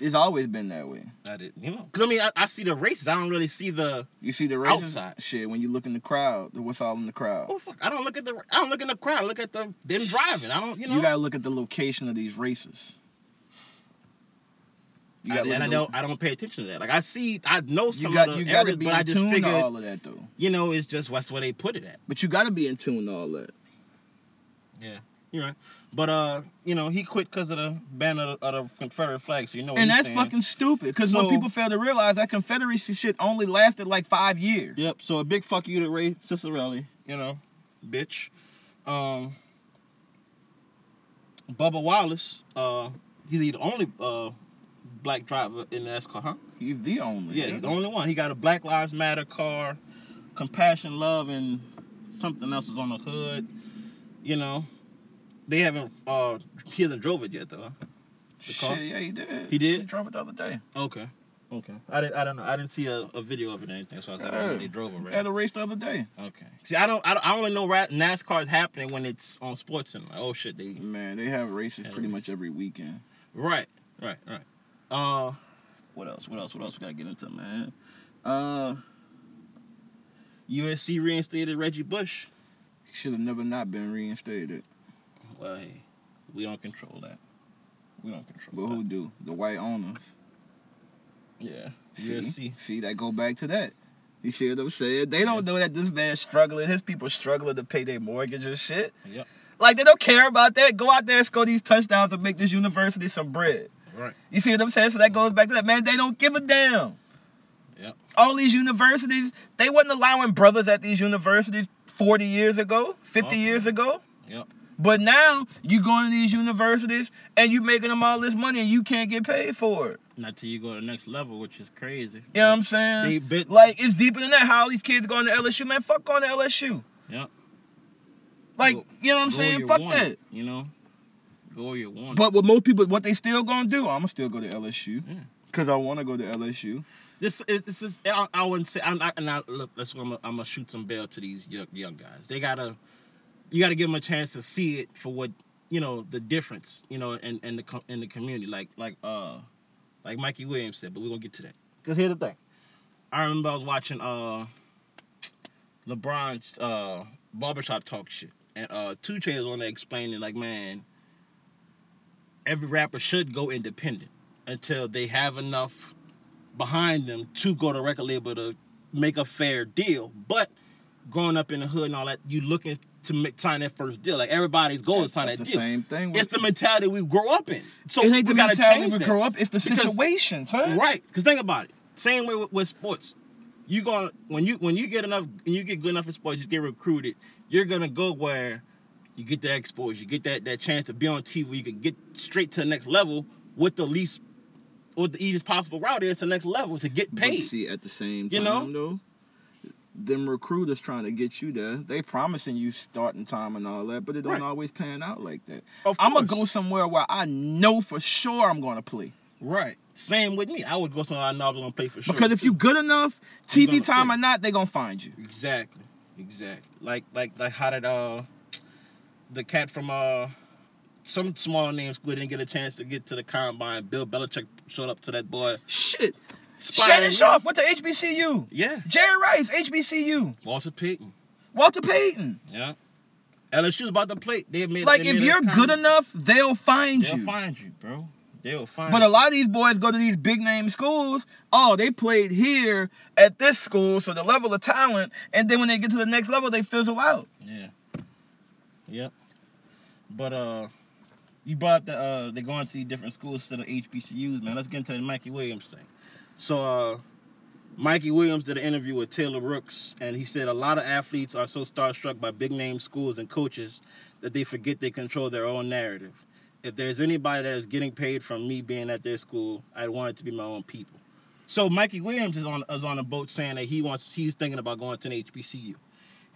Speaker 1: it's always been that way.
Speaker 2: I didn't, you know, because I mean, I, I see the races. I don't really see the.
Speaker 1: You see the races
Speaker 2: Outside.
Speaker 1: shit when you look in the crowd. What's all in the crowd?
Speaker 2: Oh fuck! I don't look at the. I don't look in the crowd. I look at the them driving. I don't, you know.
Speaker 1: You gotta look at the location of these races. You
Speaker 2: I,
Speaker 1: gotta look
Speaker 2: and I
Speaker 1: at
Speaker 2: don't. I don't pay attention to that. Like I see, I know
Speaker 1: the, you
Speaker 2: some
Speaker 1: got
Speaker 2: of
Speaker 1: you
Speaker 2: the
Speaker 1: gotta
Speaker 2: areas,
Speaker 1: be
Speaker 2: but I
Speaker 1: in
Speaker 2: just
Speaker 1: tune to
Speaker 2: figured,
Speaker 1: all of that though.
Speaker 2: you know, it's just that's where they put it at.
Speaker 1: But you gotta be in tune to all that.
Speaker 2: But uh, you know, he quit because of the ban of, of the Confederate flag. So Oh, you know, what
Speaker 1: and
Speaker 2: he's
Speaker 1: that's
Speaker 2: saying.
Speaker 1: fucking stupid. Because when
Speaker 2: So-
Speaker 1: people fail to realize that Confederacy shit only lasted like five years.
Speaker 2: Yep. So a big fuck you to Ray Cicerelli, you know, bitch. Um, Bubba Wallace. Uh, he's the only uh black driver in NASCAR, huh?
Speaker 1: He's the only.
Speaker 2: Yeah, he's the only one. He got a Black Lives Matter car, Compassion, Love, and something else is on the hood. You know, they haven't uh he hasn't drove it yet though. huh? the car.
Speaker 1: Shit, yeah, he did.
Speaker 2: He did?
Speaker 1: He drove it the other day.
Speaker 2: Okay. Okay. I didn't. I don't know. I didn't see a, a video of it or anything, so I was like, I don't know
Speaker 1: Yeah.
Speaker 2: they drove it,
Speaker 1: At
Speaker 2: right?
Speaker 1: a race the other day.
Speaker 2: Okay. See, I don't. I, don't, I only know ra- NASCAR is happening when it's on Sports Center. Like, oh shit, they.
Speaker 1: Man, they have races
Speaker 2: At a
Speaker 1: pretty much
Speaker 2: race.
Speaker 1: every weekend.
Speaker 2: Right. Right. Right. Uh, what else? What else? What else? We gotta get into, man. Uh, USC reinstated Reggie Bush.
Speaker 1: He should have never not been reinstated.
Speaker 2: Well, hey, we don't control that. We don't control
Speaker 1: But who
Speaker 2: that.
Speaker 1: do? The white owners.
Speaker 2: Yeah.
Speaker 1: See?
Speaker 2: USC.
Speaker 1: See, that go back to that. You see what I'm saying? They don't know that this man's struggling. His people struggling to pay their mortgage and shit.
Speaker 2: Yep.
Speaker 1: Like, they don't care about that. Go out there and score these touchdowns and make this university some bread.
Speaker 2: Right.
Speaker 1: You see what I'm saying? So that goes back to that. Man, they don't give a damn.
Speaker 2: Yep.
Speaker 1: All these universities, they wasn't allowing brothers at these universities 40 years ago, 50
Speaker 2: Okay.
Speaker 1: years ago.
Speaker 2: Uh-huh. Yep.
Speaker 1: But now you going to these universities and you making them all this money and you can't get paid for it.
Speaker 2: Not till you go to the next level, which is crazy.
Speaker 1: You know what I'm saying?
Speaker 2: They bit
Speaker 1: Like it's deeper than that. How all these kids going to LSU, man? Fuck going to LSU.
Speaker 2: Yep.
Speaker 1: Like
Speaker 2: Go-
Speaker 1: you know what I'm
Speaker 2: Go
Speaker 1: saying?
Speaker 2: where
Speaker 1: Fuck
Speaker 2: you're
Speaker 1: that.
Speaker 2: wanted, You know, go where you want.
Speaker 1: But what most people, what they still gonna do? I'ma still go to LSU.
Speaker 2: Yeah.
Speaker 1: Cause I wanna go to LSU.
Speaker 2: this is this is I, I wouldn't say I'm not. And I, look, that's what I'm, gonna- I'm gonna shoot some bail to these young young guys. They gotta you gotta give them a chance to see it for what you know the difference you know in in the co- in the community. Like like uh like Mikey Williams said, but we're gonna get to that. Cause here's the thing. I remember I was watching uh LeBron's uh barbershop talk shit, and uh Two Chainz on there explaining like man, every rapper should go independent until they have enough behind them to go to record label to make a fair deal. But growing up in the hood and all that, you looking to make, sign that first deal. Like everybody's going to sign
Speaker 1: That's
Speaker 2: that
Speaker 1: the
Speaker 2: deal.
Speaker 1: same thing.
Speaker 2: It's the mentality we grow up in. So
Speaker 1: it
Speaker 2: we
Speaker 1: ain't the
Speaker 2: gotta
Speaker 1: mentality
Speaker 2: change
Speaker 1: we
Speaker 2: that.
Speaker 1: grow up. It's the
Speaker 2: Because-
Speaker 1: situation, son.
Speaker 2: Right. Because think about it. Same way with, with sports. You gonna when you when you get enough when you get good enough in sports, you get recruited. You're gonna go where you get that exposure, you get that that chance to be on TV, you can get straight to the next level with the least or the easiest possible route is to the next level to get
Speaker 1: But
Speaker 2: paid.
Speaker 1: see, at the same
Speaker 2: You
Speaker 1: time,
Speaker 2: know?
Speaker 1: though, them recruiters trying to get you there, they promising you starting time and all that, but it don't
Speaker 2: Right.
Speaker 1: always pan out like that.
Speaker 2: Of
Speaker 1: I'm gonna go
Speaker 2: course.
Speaker 1: somewhere where I know for sure I'm gonna play.
Speaker 2: right. Same with me. I would go somewhere I know I'm gonna play for sure.
Speaker 1: because if
Speaker 2: too.
Speaker 1: you good enough, TV
Speaker 2: You gonna
Speaker 1: time
Speaker 2: play.
Speaker 1: or not, they gonna find you.
Speaker 2: Exactly. Exactly. Like like like how did uh the cat from uh some small name school didn't get a chance to get to the combine. Bill Belichick showed up to that boy.
Speaker 1: Shit.
Speaker 2: Spying.
Speaker 1: Shannon Sharp went to HBCU.
Speaker 2: Yeah.
Speaker 1: Jerry Rice, HBCU.
Speaker 2: Walter Payton.
Speaker 1: Walter Payton.
Speaker 2: Yeah. LSU's about to play. They made
Speaker 1: Like
Speaker 2: they
Speaker 1: if
Speaker 2: made a
Speaker 1: you're good
Speaker 2: comment.
Speaker 1: enough, they'll find
Speaker 2: they'll
Speaker 1: you.
Speaker 2: find you, bro. They'll find.
Speaker 1: But a
Speaker 2: you.
Speaker 1: lot of these boys go to these big name schools. Oh, they played here at this school, so the level of talent, and then when they get to the next level, they fizzle out.
Speaker 2: Yeah. Yep. But uh, you brought the uh, they're going to these different schools instead of HBCUs, man. Let's get into the Mikey Williams thing. So uh, Mikey Williams did an interview with Taylor Rooks, and he said a lot of athletes are so starstruck by big name schools and coaches that they forget they control their own narrative. If there's anybody that is getting paid from me being at their school, I'd want it to be my own people. So Mikey Williams is on is on a boat saying that he wants he's thinking about going to an HBCU.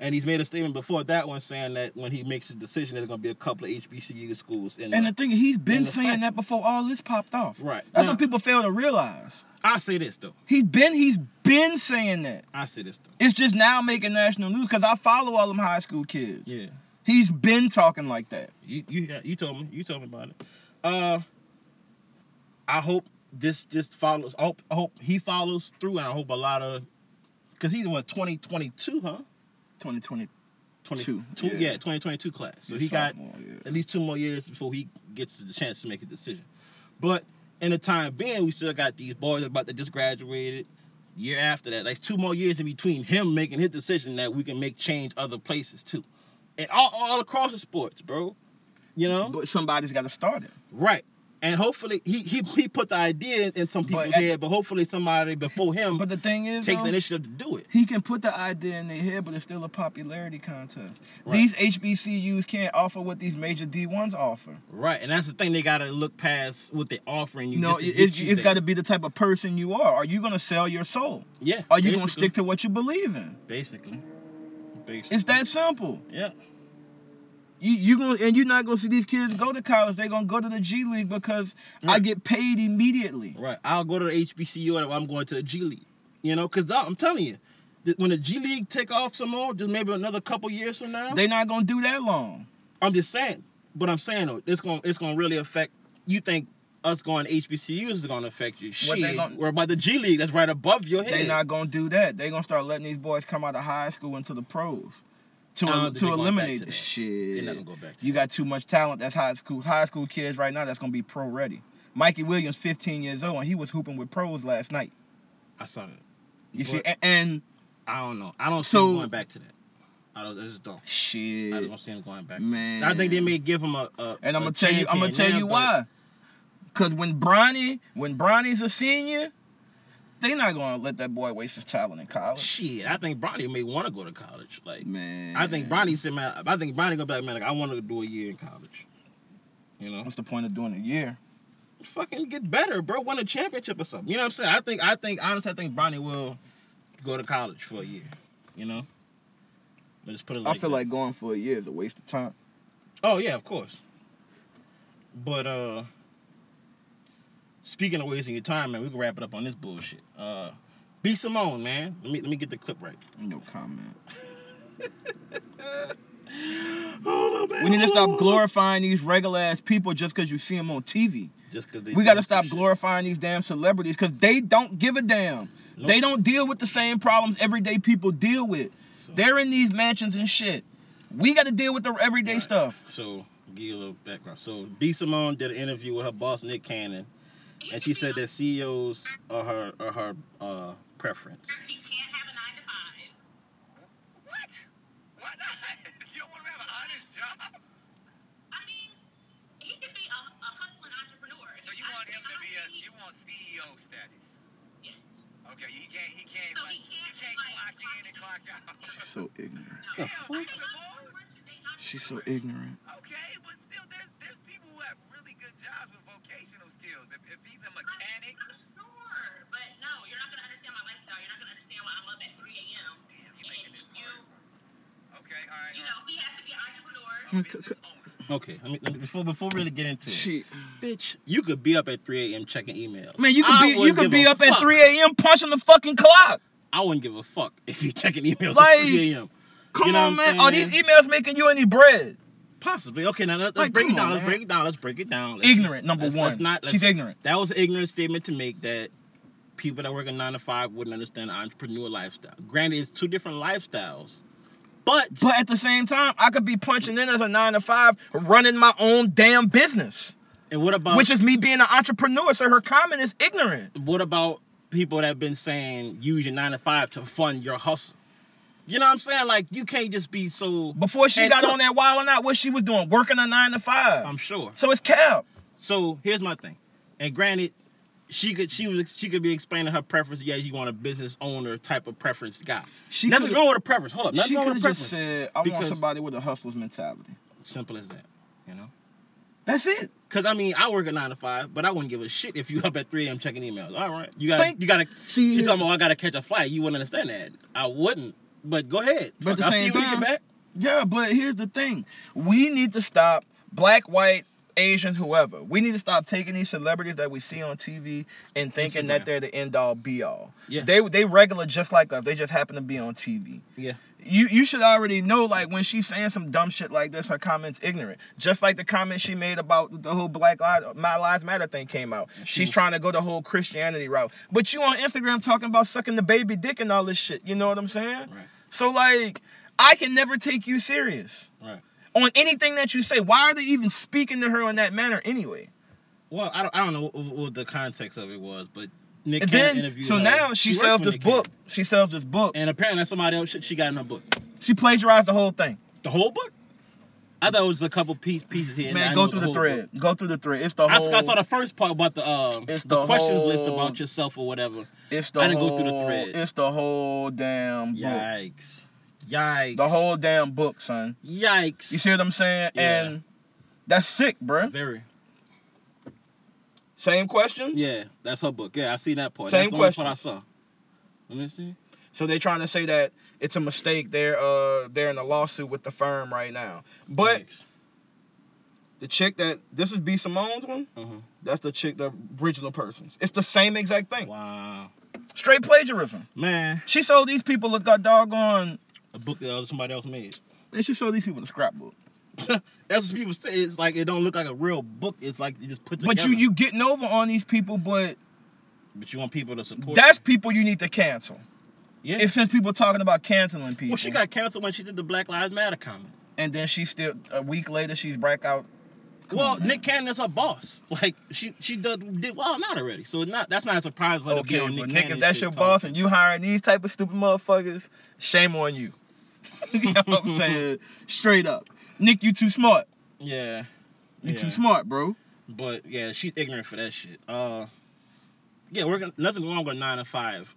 Speaker 2: And he's made a statement before that one saying that when he makes his decision, there's gonna be a couple of HBCU schools in
Speaker 1: And
Speaker 2: there.
Speaker 1: the thing, he's
Speaker 2: And
Speaker 1: been
Speaker 2: the
Speaker 1: saying
Speaker 2: fact-
Speaker 1: that before all this popped off.
Speaker 2: right.
Speaker 1: That's
Speaker 2: Now,
Speaker 1: what people fail to realize.
Speaker 2: I say this though.
Speaker 1: He's been he's been saying that.
Speaker 2: I say this though.
Speaker 1: It's just now making national news because I follow all them high school kids.
Speaker 2: Yeah.
Speaker 1: He's been talking like that.
Speaker 2: You you you told me you told me about it. Uh, I hope this just follows. I hope, I hope he follows through, and I hope a lot of, cause he's what 2022, huh?
Speaker 1: 2020.
Speaker 2: 22,
Speaker 1: Two,
Speaker 2: yeah.
Speaker 1: yeah.
Speaker 2: 2022 class. So he got
Speaker 1: sophomore, yeah.
Speaker 2: at least two more years before he gets the chance to make a decision. But in the time being, we still got these boys about to just graduated. Year after that, like two more years in between him making his decision that we can make change other places too, and all, all across the sports, bro. You know,
Speaker 1: But somebody's got to start it.
Speaker 2: right. And hopefully he, he he put the idea in some
Speaker 1: But
Speaker 2: people's
Speaker 1: at-
Speaker 2: head, but hopefully somebody before him
Speaker 1: But the thing is,
Speaker 2: takes the
Speaker 1: though,
Speaker 2: initiative to do it.
Speaker 1: he can put the idea in their head, but it's still a popularity contest.
Speaker 2: Right.
Speaker 1: These HBCUs can't offer what these major D1s offer.
Speaker 2: Right, and that's the thing they gotta look past what they're offering you.
Speaker 1: no, it,
Speaker 2: just to
Speaker 1: it,
Speaker 2: get you
Speaker 1: has
Speaker 2: there.
Speaker 1: got to be the type of person you are. Are you going to sell your soul?
Speaker 2: Yeah.
Speaker 1: Are you going to
Speaker 2: basically.
Speaker 1: stick to what you believe in?
Speaker 2: basically? Basically.
Speaker 1: It's that simple.
Speaker 2: Yeah.
Speaker 1: You you gonna and you're not gonna see these kids go to college. They're gonna go to the G League because I
Speaker 2: Right.
Speaker 1: get paid immediately.
Speaker 2: Right. I'll go to the HBCU or I'm going to the G League. You know, cause I'm telling you, that when the G League take off some more, just maybe another couple years from now,
Speaker 1: They're not gonna do that long.
Speaker 2: I'm just saying. But I'm saying though, it's gonna it's gonna really affect. You think us going to HBCUs is gonna affect you?
Speaker 1: What
Speaker 2: Shit.
Speaker 1: they gonna-
Speaker 2: We're about the G League that's right above your head.
Speaker 1: They're not gonna do that. They're gonna start letting these boys come out of high school into the pros to
Speaker 2: I don't
Speaker 1: el-
Speaker 2: think
Speaker 1: to
Speaker 2: they going back
Speaker 1: eliminate
Speaker 2: to
Speaker 1: this
Speaker 2: that. They're
Speaker 1: shit.
Speaker 2: not gonna go back. To
Speaker 1: you got too much talent. That's high school high school kids right now. That's gonna be pro ready. Mikey Williams, 15 years old, and he was hooping with pros last night.
Speaker 2: I saw that.
Speaker 1: You see,
Speaker 2: But-
Speaker 1: and, and
Speaker 2: I don't know. I don't see
Speaker 1: So-
Speaker 2: him going back to that. I don't. I just don't. I
Speaker 1: shit.
Speaker 2: don't see him going back.
Speaker 1: Man.
Speaker 2: To that. I think they may give him a. a
Speaker 1: And
Speaker 2: a
Speaker 1: I'm gonna tell you,
Speaker 2: chance
Speaker 1: I'm gonna
Speaker 2: here
Speaker 1: tell
Speaker 2: now,
Speaker 1: you
Speaker 2: but-
Speaker 1: why. Cause when Bronny, when Bronny's a senior, they not gonna let that boy waste his talent in college.
Speaker 2: Shit, I think Bronny may want to go to college. Like,
Speaker 1: Man,
Speaker 2: I think Bronny said, man, I think Bronny gonna be like, man, like, I want to do a year in college. You know,
Speaker 1: What's the point of doing a year?
Speaker 2: fucking get better, bro. Win a championship or something. You know what I'm saying? I think, I think, honestly, I think Bronny will go to college for a year. You know, let's put it. Like
Speaker 1: I feel
Speaker 2: that.
Speaker 1: like going for a year is a waste of time.
Speaker 2: Oh yeah, of course. But uh speaking of wasting your time, man, we can wrap it up on this bullshit. Uh B Simone, man. Let me let me get the clip right.
Speaker 1: No comment.
Speaker 2: Hold on, man.
Speaker 1: We need to
Speaker 2: hold on,
Speaker 1: stop
Speaker 2: hold on.
Speaker 1: glorifying these regular ass people just because you see them on TV.
Speaker 2: Just 'cause they
Speaker 1: We gotta
Speaker 2: doing
Speaker 1: stop
Speaker 2: some shit.
Speaker 1: glorifying these damn celebrities because they don't give a damn.
Speaker 2: Nope.
Speaker 1: They don't deal with the same problems everyday people deal with.
Speaker 2: So,
Speaker 1: They're in these mansions and shit. We gotta deal with the everyday
Speaker 2: Right.
Speaker 1: stuff.
Speaker 2: so give you a little background. So B Simone did an interview with her boss Nick Cannon, and she said that CEOs are her are her uh preference.
Speaker 3: You can't have a nine to five.
Speaker 4: What? Why not? You don't want to have an honest job?
Speaker 3: I mean, he could be a, a hustling entrepreneur.
Speaker 4: So you
Speaker 3: I'm
Speaker 4: want him
Speaker 3: saying
Speaker 4: to
Speaker 3: I'm
Speaker 4: be a
Speaker 3: saying
Speaker 4: you want CEO status?
Speaker 3: Yes.
Speaker 4: Okay, he can't he can't
Speaker 3: So he
Speaker 4: like,
Speaker 3: can't
Speaker 4: can't
Speaker 3: like-
Speaker 4: clock in and clock out.
Speaker 1: She's so ignorant.
Speaker 2: The
Speaker 4: Yeah,
Speaker 2: fuck?
Speaker 4: Lisa Moore?
Speaker 1: She's so ignorant.
Speaker 4: Okay, but still, there's there's people who have really good jobs with vocational skills. If, if he's a mechanic,
Speaker 3: I'm
Speaker 4: behind
Speaker 3: You know, he has to be an entrepreneur.
Speaker 4: a
Speaker 1: Hmm,
Speaker 4: business owner.
Speaker 2: Okay, let me, let me- before before we really get into it,
Speaker 1: Shit.
Speaker 2: bitch, you could be up at 3 a.m. checking emails.
Speaker 1: Man, you could
Speaker 2: I
Speaker 1: be you
Speaker 2: wouldn't
Speaker 1: could
Speaker 2: give
Speaker 1: be
Speaker 2: a
Speaker 1: up at
Speaker 2: fuck.
Speaker 1: 3 a.m. punching the fucking clock.
Speaker 2: I wouldn't give a fuck if you checking emails
Speaker 1: Like-
Speaker 2: at 3 a.m.
Speaker 1: Come
Speaker 2: know
Speaker 1: on,
Speaker 2: what I'm
Speaker 1: man. Are
Speaker 2: saying?
Speaker 1: these emails making you any bread?
Speaker 2: Possibly. Okay, now let's, let's
Speaker 1: Like,
Speaker 2: break
Speaker 1: come
Speaker 2: it down.
Speaker 1: on,
Speaker 2: let's
Speaker 1: man.
Speaker 2: break it down. Let's break it down. Let's-
Speaker 1: Ignorant, number
Speaker 2: let's-
Speaker 1: one.
Speaker 2: Let's not. Let's,
Speaker 1: She's ignorant.
Speaker 2: That was an ignorant statement to make that people that work a nine to five wouldn't understand the entrepreneur lifestyle. Granted, it's two different lifestyles, but,
Speaker 1: But at the same time, I could be punching in as a nine to five, running my own damn business,
Speaker 2: and what about
Speaker 1: which is me being an entrepreneur. So her comment is ignorant.
Speaker 2: what about people that have been saying use your nine to five to fund your hustle? You know what I'm saying? Like you can't just be so.
Speaker 1: Before she
Speaker 2: And
Speaker 1: got
Speaker 2: look-
Speaker 1: on that wild and out, what she was doing, working a nine to 5
Speaker 2: I'm sure.
Speaker 1: so it's cap.
Speaker 2: So here's my thing, and granted, she could she was she could be explaining her preference. Yeah, you want a business owner type of preference guy.
Speaker 1: She
Speaker 2: nothing
Speaker 1: could've-
Speaker 2: wrong with a preference. Hold up, nothing
Speaker 1: She
Speaker 2: wrong
Speaker 1: could
Speaker 2: with a
Speaker 1: have
Speaker 2: preference.
Speaker 1: just said, I want
Speaker 2: because-
Speaker 1: somebody with a hustler's mentality.
Speaker 2: Simple as that, you know.
Speaker 1: That's it.
Speaker 2: Cause I mean, I work a nine to five, but I wouldn't give a shit if you up at three a.m. checking emails. All right, you gotta
Speaker 1: Thank-
Speaker 2: you gotta.
Speaker 1: See,
Speaker 2: You talking about "Oh, I gotta catch a flight? You wouldn't understand that. I wouldn't. But go ahead.
Speaker 1: But at the
Speaker 2: I'll
Speaker 1: same
Speaker 2: see you when you
Speaker 1: time-
Speaker 2: get back.
Speaker 1: Yeah, but here's the thing. We need to stop black, white, Asian, whoever. We need to stop taking these celebrities that we see on TV and thinking
Speaker 2: Instagram.
Speaker 1: that they're the end all be all.
Speaker 2: Yeah.
Speaker 1: They they regular just like us. They just happen to be on TV.
Speaker 2: Yeah.
Speaker 1: You you should already know like when she's saying some dumb shit like this, her comments ignorant. Just like the comment she made about the whole Black Lives My Lives Matter thing came out. She's trying to go the whole Christianity route. But you on Instagram talking about sucking the baby dick and all this shit. You know what I'm saying?
Speaker 2: Right.
Speaker 1: So like I can never take you serious
Speaker 2: Right.
Speaker 1: on anything that you say. Why are they even speaking to her in that manner anyway?
Speaker 2: Well, I don't, I don't know what, what the context of it was, but Nick
Speaker 1: And
Speaker 2: Cannon
Speaker 1: then
Speaker 2: interviewed
Speaker 1: so
Speaker 2: her.
Speaker 1: now she,
Speaker 2: worked
Speaker 1: sells
Speaker 2: for
Speaker 1: this
Speaker 2: Nick Cannon.
Speaker 1: book. She sells this book.
Speaker 2: and apparently that's somebody else shit she got in her book.
Speaker 1: She plagiarized the whole thing.
Speaker 2: The whole book? I thought it was a couple piece, pieces here. and there.
Speaker 1: Man,
Speaker 2: I
Speaker 1: go
Speaker 2: know
Speaker 1: through
Speaker 2: the
Speaker 1: the
Speaker 2: whole
Speaker 1: thread.
Speaker 2: book.
Speaker 1: Go through the thread. It's the
Speaker 2: I,
Speaker 1: whole.
Speaker 2: saw- I saw the first part about the um
Speaker 1: It's
Speaker 2: the,
Speaker 1: the
Speaker 2: questions list
Speaker 1: whole-
Speaker 2: about yourself or whatever.
Speaker 1: It's the
Speaker 2: I didn't
Speaker 1: whole,
Speaker 2: go through the thread.
Speaker 1: It's the whole damn book.
Speaker 2: Yikes! Yikes!
Speaker 1: The whole damn book, son.
Speaker 2: yikes!
Speaker 1: You see what I'm saying?
Speaker 2: Yeah.
Speaker 1: And that's sick, bruh.
Speaker 2: Very.
Speaker 1: Same questions.
Speaker 2: Yeah, that's her book. Yeah, I see that part.
Speaker 1: Same
Speaker 2: that's the only part I
Speaker 1: questions.
Speaker 2: saw. Let me see.
Speaker 1: So they're trying to say that it's a mistake. They're uh they're in a lawsuit with the firm right now. But
Speaker 2: Yikes.
Speaker 1: the chick that this is B Simone's one.
Speaker 2: Mhm.
Speaker 1: That's the chick, the original person's. It's the same exact thing.
Speaker 2: wow,
Speaker 1: Straight plagiarism.
Speaker 2: man,
Speaker 1: She sold these people that got doggone.
Speaker 2: a book that other- somebody else made.
Speaker 1: And she sold these people the scrapbook.
Speaker 2: That's what people say. It's like it don't look like a real book. It's like you just put together.
Speaker 1: But you you getting over on these people, but
Speaker 2: but you want people to support.
Speaker 1: that's people you need to cancel.
Speaker 2: yeah.
Speaker 1: And since people talking about canceling people,
Speaker 2: well, she got canceled when she did the Black Lives Matter comment.
Speaker 1: and then she still a week later she's back out. Come
Speaker 2: well,
Speaker 1: on, man.
Speaker 2: Nick Cannon is her boss. Like she she did, did well not already. So not that's not a surprise. for her to be
Speaker 1: Okay,
Speaker 2: on
Speaker 1: but
Speaker 2: Nick
Speaker 1: Nick,
Speaker 2: Cannon
Speaker 1: if that's
Speaker 2: shit
Speaker 1: your
Speaker 2: talking.
Speaker 1: boss and you hiring these type of stupid motherfuckers, shame on you. you know what I'm saying? Straight up, Nick, you too smart.
Speaker 2: Yeah.
Speaker 1: You
Speaker 2: yeah.
Speaker 1: too smart, bro.
Speaker 2: But yeah, she's ignorant for that shit. Uh, yeah, we're gonna, nothing wrong with nine to five.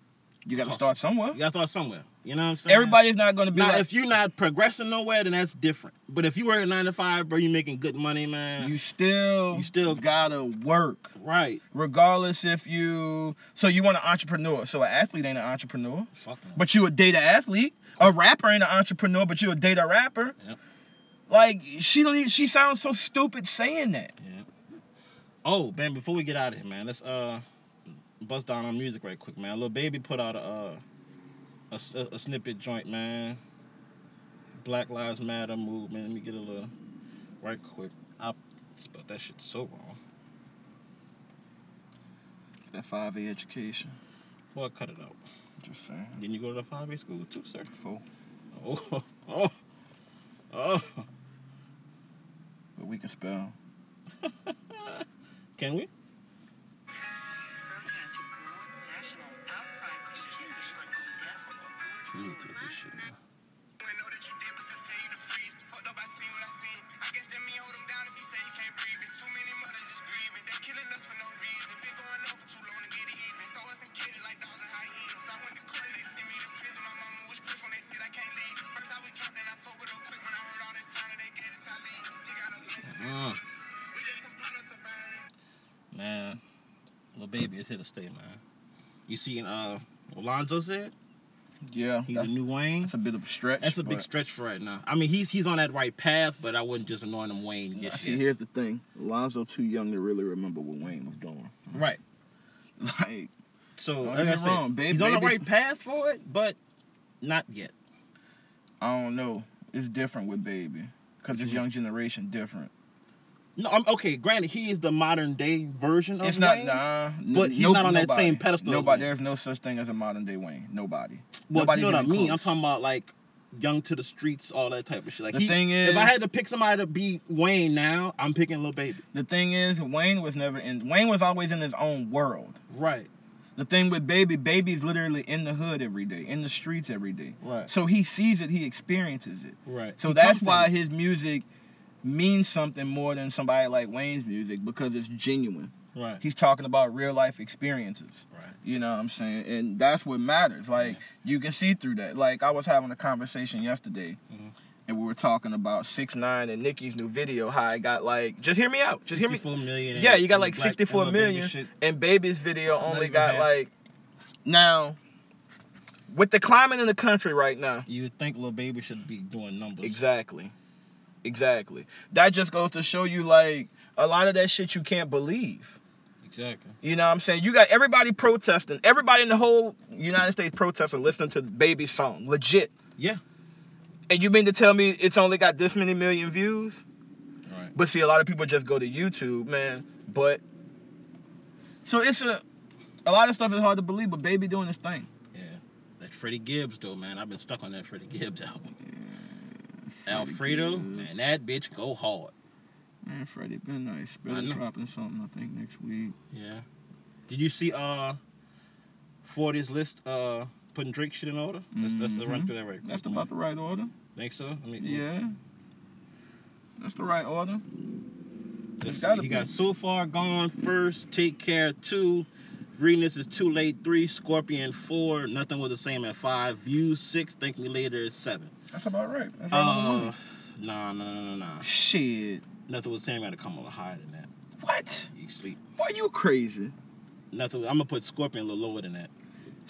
Speaker 1: You got to
Speaker 2: Hustle.
Speaker 1: start somewhere.
Speaker 2: You gotta start somewhere. You know what I'm saying?
Speaker 1: Everybody's not gonna be
Speaker 2: Now,
Speaker 1: like
Speaker 2: if you're not progressing nowhere, then that's different. But if you work a nine to five, bro, you making good money, man.
Speaker 1: You still
Speaker 2: You still-
Speaker 1: gotta work,
Speaker 2: right.
Speaker 1: regardless if you. So you want an entrepreneur. So an athlete ain't an entrepreneur,
Speaker 2: Fuck no.
Speaker 1: but you a data athlete. A rapper ain't an entrepreneur, but you a data rapper.
Speaker 2: Yep.
Speaker 1: Like she don't. Even, she sounds so stupid saying that.
Speaker 2: Oh, man, before we get out of here, man, let's uh bust down on music right quick, man. Little baby put out a uh, a, s- a- a snippet joint, man. Black Lives Matter movement. Let me get a little right quick. I spelled that shit so wrong.
Speaker 1: That five A education.
Speaker 2: Well, cut it out.
Speaker 1: Just saying.
Speaker 2: Didn't you go to the five A school too, sir?
Speaker 1: Fool.
Speaker 2: Oh, oh, oh.
Speaker 1: But we can spell.
Speaker 2: Can we? We need to do this shit, man. Mm. Man, little baby is here to stay, man. You seen uh Alonzo said
Speaker 1: Yeah,
Speaker 2: He's
Speaker 1: that's,
Speaker 2: the new Wayne.
Speaker 1: that's a bit of a stretch.
Speaker 2: That's a big
Speaker 1: but-
Speaker 2: stretch for right now. I mean, he's he's on that right path, but I wouldn't just anoint him Wayne
Speaker 1: Now,
Speaker 2: just
Speaker 1: see,
Speaker 2: yet.
Speaker 1: here's the thing. Lonzo too young to really remember what Wayne was doing.
Speaker 2: Right.
Speaker 1: Like, Don't
Speaker 2: So like
Speaker 1: get
Speaker 2: I
Speaker 1: me
Speaker 2: said,
Speaker 1: wrong, Baby-
Speaker 2: he's on
Speaker 1: Baby-
Speaker 2: the right path for it, but not yet.
Speaker 1: I don't know. It's different with Baby. Because
Speaker 2: Mm-hmm.
Speaker 1: this young generation different.
Speaker 2: No, I'm okay. Granted, he is the modern day version of
Speaker 1: It's not,
Speaker 2: Wayne.
Speaker 1: nah. n-
Speaker 2: but he's
Speaker 1: nope,
Speaker 2: not on that
Speaker 1: nobody.
Speaker 2: same pedestal as
Speaker 1: Nobody.
Speaker 2: Wayne.
Speaker 1: There's no such thing as a modern day Wayne. Nobody.
Speaker 2: well, you
Speaker 1: nobody's
Speaker 2: know what I
Speaker 1: even
Speaker 2: mean. I'm
Speaker 1: close.
Speaker 2: talking about like young to the streets, all that type of shit. Like
Speaker 1: The
Speaker 2: he,
Speaker 1: thing is-
Speaker 2: if I had to pick somebody to be Wayne now, I'm picking Lil Baby.
Speaker 1: The thing is, Wayne was never in. Wayne was always in his own world.
Speaker 2: Right.
Speaker 1: The thing with Baby, Baby's literally in the hood every day, in the streets every day.
Speaker 2: Right.
Speaker 1: So he sees it, he experiences it.
Speaker 2: Right.
Speaker 1: So
Speaker 2: He
Speaker 1: that's
Speaker 2: come from
Speaker 1: why
Speaker 2: it.
Speaker 1: his music means something more than somebody like Wayne's music because it's genuine.
Speaker 2: Right.
Speaker 1: He's talking about real life experiences.
Speaker 2: Right.
Speaker 1: You know what I'm saying? And that's what matters. Like you can see through that. Like I was having a conversation yesterday
Speaker 2: Mhm.
Speaker 1: and we were talking about six nine and Nicki's new video, how it got like just hear me out. Just hear me
Speaker 2: 64 million. and-
Speaker 1: yeah, you got
Speaker 2: and
Speaker 1: like
Speaker 2: Black- and
Speaker 1: 64
Speaker 2: Lil Baby
Speaker 1: million,
Speaker 2: shit.
Speaker 1: and Baby's video only
Speaker 2: even
Speaker 1: got
Speaker 2: half.
Speaker 1: like. Now, with the climate in the country right now,
Speaker 2: You would think Lil Baby should be doing numbers.
Speaker 1: exactly, exactly. That just goes to show you like a lot of that shit you can't believe.
Speaker 2: Exactly.
Speaker 1: You know what I'm saying? You got everybody protesting, everybody in the whole United States protesting, listening to Baby's song, legit.
Speaker 2: Yeah.
Speaker 1: And you mean to tell me it's only got this many million views?
Speaker 2: Right.
Speaker 1: But see, a lot of people just go to YouTube, man. But so it's a a lot of stuff is hard to believe, but baby doing his thing.
Speaker 2: Yeah. That Freddie Gibbs though, man. I've been stuck on that Freddie Gibbs album. Alfredo, man, that bitch go hard.
Speaker 1: Man, Freddie been nice.
Speaker 2: I
Speaker 1: Better
Speaker 2: know.
Speaker 1: dropping something, I think, next week.
Speaker 2: Yeah. Did you see uh 40's list uh putting Drake shit in order? Let's, let's run
Speaker 1: Mhm.
Speaker 2: through that right quick.
Speaker 1: That's
Speaker 2: man.
Speaker 1: about the right order.
Speaker 2: Think so? I mean,
Speaker 1: Yeah. That's the right order.
Speaker 2: Let's
Speaker 1: It's gotta
Speaker 2: see. He
Speaker 1: be.
Speaker 2: got so far gone first. Take care two. Reading this is too late three. Scorpion four. Nothing was the same at five. View six. Think me later is seven.
Speaker 1: That's about right. That's right on the
Speaker 2: Uh,
Speaker 1: money.
Speaker 2: nah, nah, nah, nah, nah.
Speaker 1: Shit.
Speaker 2: Nothing was the same. Had to come a lot higher than that.
Speaker 1: What?
Speaker 2: You sleep.
Speaker 1: Boy, you crazy.
Speaker 2: Nothing. I'm gonna put Scorpion a little lower than that.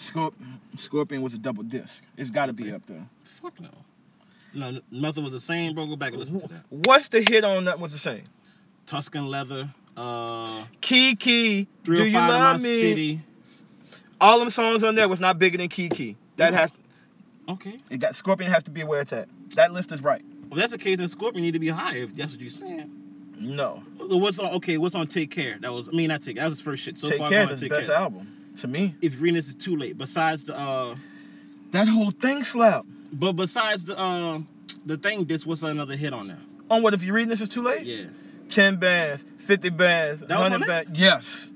Speaker 1: Scorp- Scorpion was a double disc. It's got to be up there.
Speaker 2: Fuck no. No, n- nothing was the same, bro. Go back and listen to that.
Speaker 1: What's the hit on that? What's the same?
Speaker 2: Tuscan leather. Uh,
Speaker 1: Kiki,
Speaker 2: three
Speaker 1: do
Speaker 2: or
Speaker 1: you
Speaker 2: five in my
Speaker 1: love me?
Speaker 2: city.
Speaker 1: All them songs on there was not bigger than Kiki. That
Speaker 2: No.
Speaker 1: has
Speaker 2: Okay.
Speaker 1: it got Scorpion has to be where it's at. That list is right.
Speaker 2: Well, if that's the case. Then Scorpion need to be higher. If that's what you're saying.
Speaker 1: No,
Speaker 2: What's on? Okay, what's on? Take care. That was. I mean, not take. That was his first shit. So
Speaker 1: Take
Speaker 2: far,
Speaker 1: Care
Speaker 2: Gone,
Speaker 1: is his
Speaker 2: take
Speaker 1: best
Speaker 2: care.
Speaker 1: album to me.
Speaker 2: If reading this is too late. Besides the, uh,
Speaker 1: That whole thing slapped.
Speaker 2: but besides the, um, the thing. This what's another hit on there?
Speaker 1: On what if you reading this is too late?
Speaker 2: Yeah.
Speaker 1: Ten bands, fifty bands,
Speaker 2: was on
Speaker 1: hundred
Speaker 2: it?
Speaker 1: bands. Yes.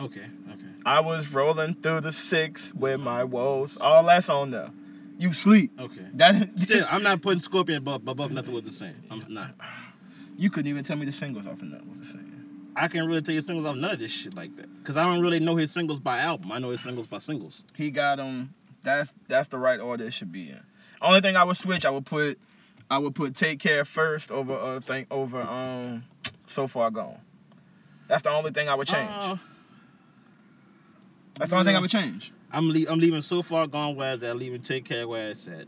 Speaker 2: Okay. Okay.
Speaker 1: I was rolling through the six with my woes. All that's on there. You sleep.
Speaker 2: Okay.
Speaker 1: That
Speaker 2: Still, I'm not putting Scorpion above above nothing with the same. I'm not.
Speaker 1: you couldn't even tell me the singles off of that was the same.
Speaker 2: I can't really tell you singles off none of this shit like that. Cause I don't really know his singles by album. I know his singles by singles.
Speaker 1: He got him. That's that's the right order it should be in. Only thing I would switch, I would put, I would put Take Care first over uh thing over um So Far Gone. That's the only thing I would change.
Speaker 2: Uh,
Speaker 1: that's the only thing I
Speaker 2: yeah.
Speaker 1: would change.
Speaker 2: I'm lea- I'm leaving so far gone where that leaving take care where it's at.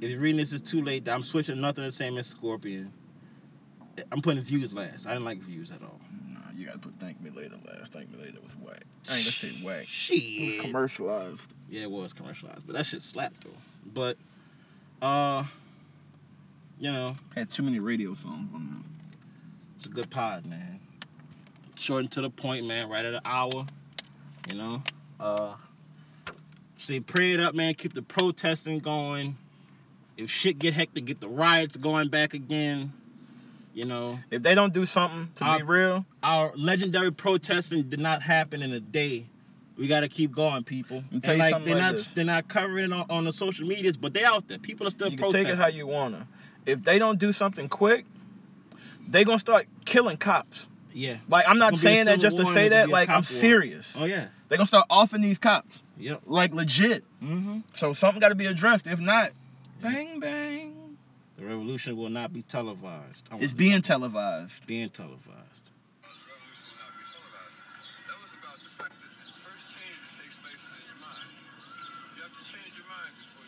Speaker 2: If you're reading this is too late, I'm switching nothing the same as Scorpion. I'm putting views last. I didn't like views at all.
Speaker 1: Nah, you gotta put Thank Me Later last. Thank Me Later was whack. I ain't gonna say whack. It was
Speaker 2: Shit.
Speaker 1: commercialized.
Speaker 2: Yeah, it was commercialized, but that shit slapped though. But uh, you know,
Speaker 1: Had too many radio songs on there.
Speaker 2: it's a good pod, man. Short and to the point, man. Right at an hour. You know. Uh, stay prayed up, man. Keep the protesting going. If shit get hectic, get the riots going back again. You know.
Speaker 1: If they don't do something to
Speaker 2: I-
Speaker 1: be real,
Speaker 2: our legendary protesting did not happen in a day. We gotta keep going, people.
Speaker 1: me tell
Speaker 2: And,
Speaker 1: you
Speaker 2: like
Speaker 1: something
Speaker 2: they're
Speaker 1: like
Speaker 2: not
Speaker 1: this.
Speaker 2: they're not covering it on, on the social medias, but they out there. People are still
Speaker 1: you can
Speaker 2: protesting.
Speaker 1: take it how you wanna. If they don't do something quick, they gonna start killing cops.
Speaker 2: yeah.
Speaker 1: Like I'm not
Speaker 2: It's gonna be a
Speaker 1: saying that
Speaker 2: civil
Speaker 1: just to
Speaker 2: war and
Speaker 1: say
Speaker 2: it's gonna
Speaker 1: that.
Speaker 2: be a
Speaker 1: Like
Speaker 2: cop
Speaker 1: I'm
Speaker 2: war.
Speaker 1: serious.
Speaker 2: Oh yeah.
Speaker 1: They gonna start offing these cops.
Speaker 2: Yep.
Speaker 1: Like legit.
Speaker 2: Mm-hmm.
Speaker 1: So something gotta be addressed. If not,
Speaker 2: Yeah.
Speaker 1: bang bang.
Speaker 2: The revolution will not be televised. I
Speaker 1: It's
Speaker 2: wanna-
Speaker 1: being televised.
Speaker 2: being televised.
Speaker 4: revolution will not be televised. That was about the fact that the first change that takes place is in your mind. You have to change your mind before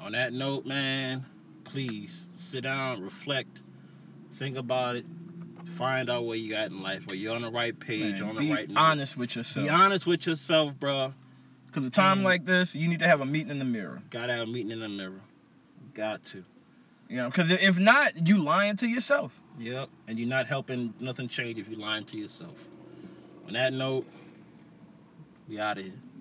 Speaker 2: on that note, man, please sit down, reflect, think about it, find out where you at in life. Are you on the right page?
Speaker 1: Man,
Speaker 2: on the
Speaker 1: be
Speaker 2: right note?
Speaker 1: honest with yourself.
Speaker 2: Be honest with yourself, bro.
Speaker 1: Because a time
Speaker 2: Mm.
Speaker 1: like this, you need to have a meeting in the mirror.
Speaker 2: Gotta have a meeting in the mirror. Got to.
Speaker 1: You know, because if not, you lying to yourself.
Speaker 2: Yep. And you're not helping nothing change if you're lying to yourself. On that note, we out of here.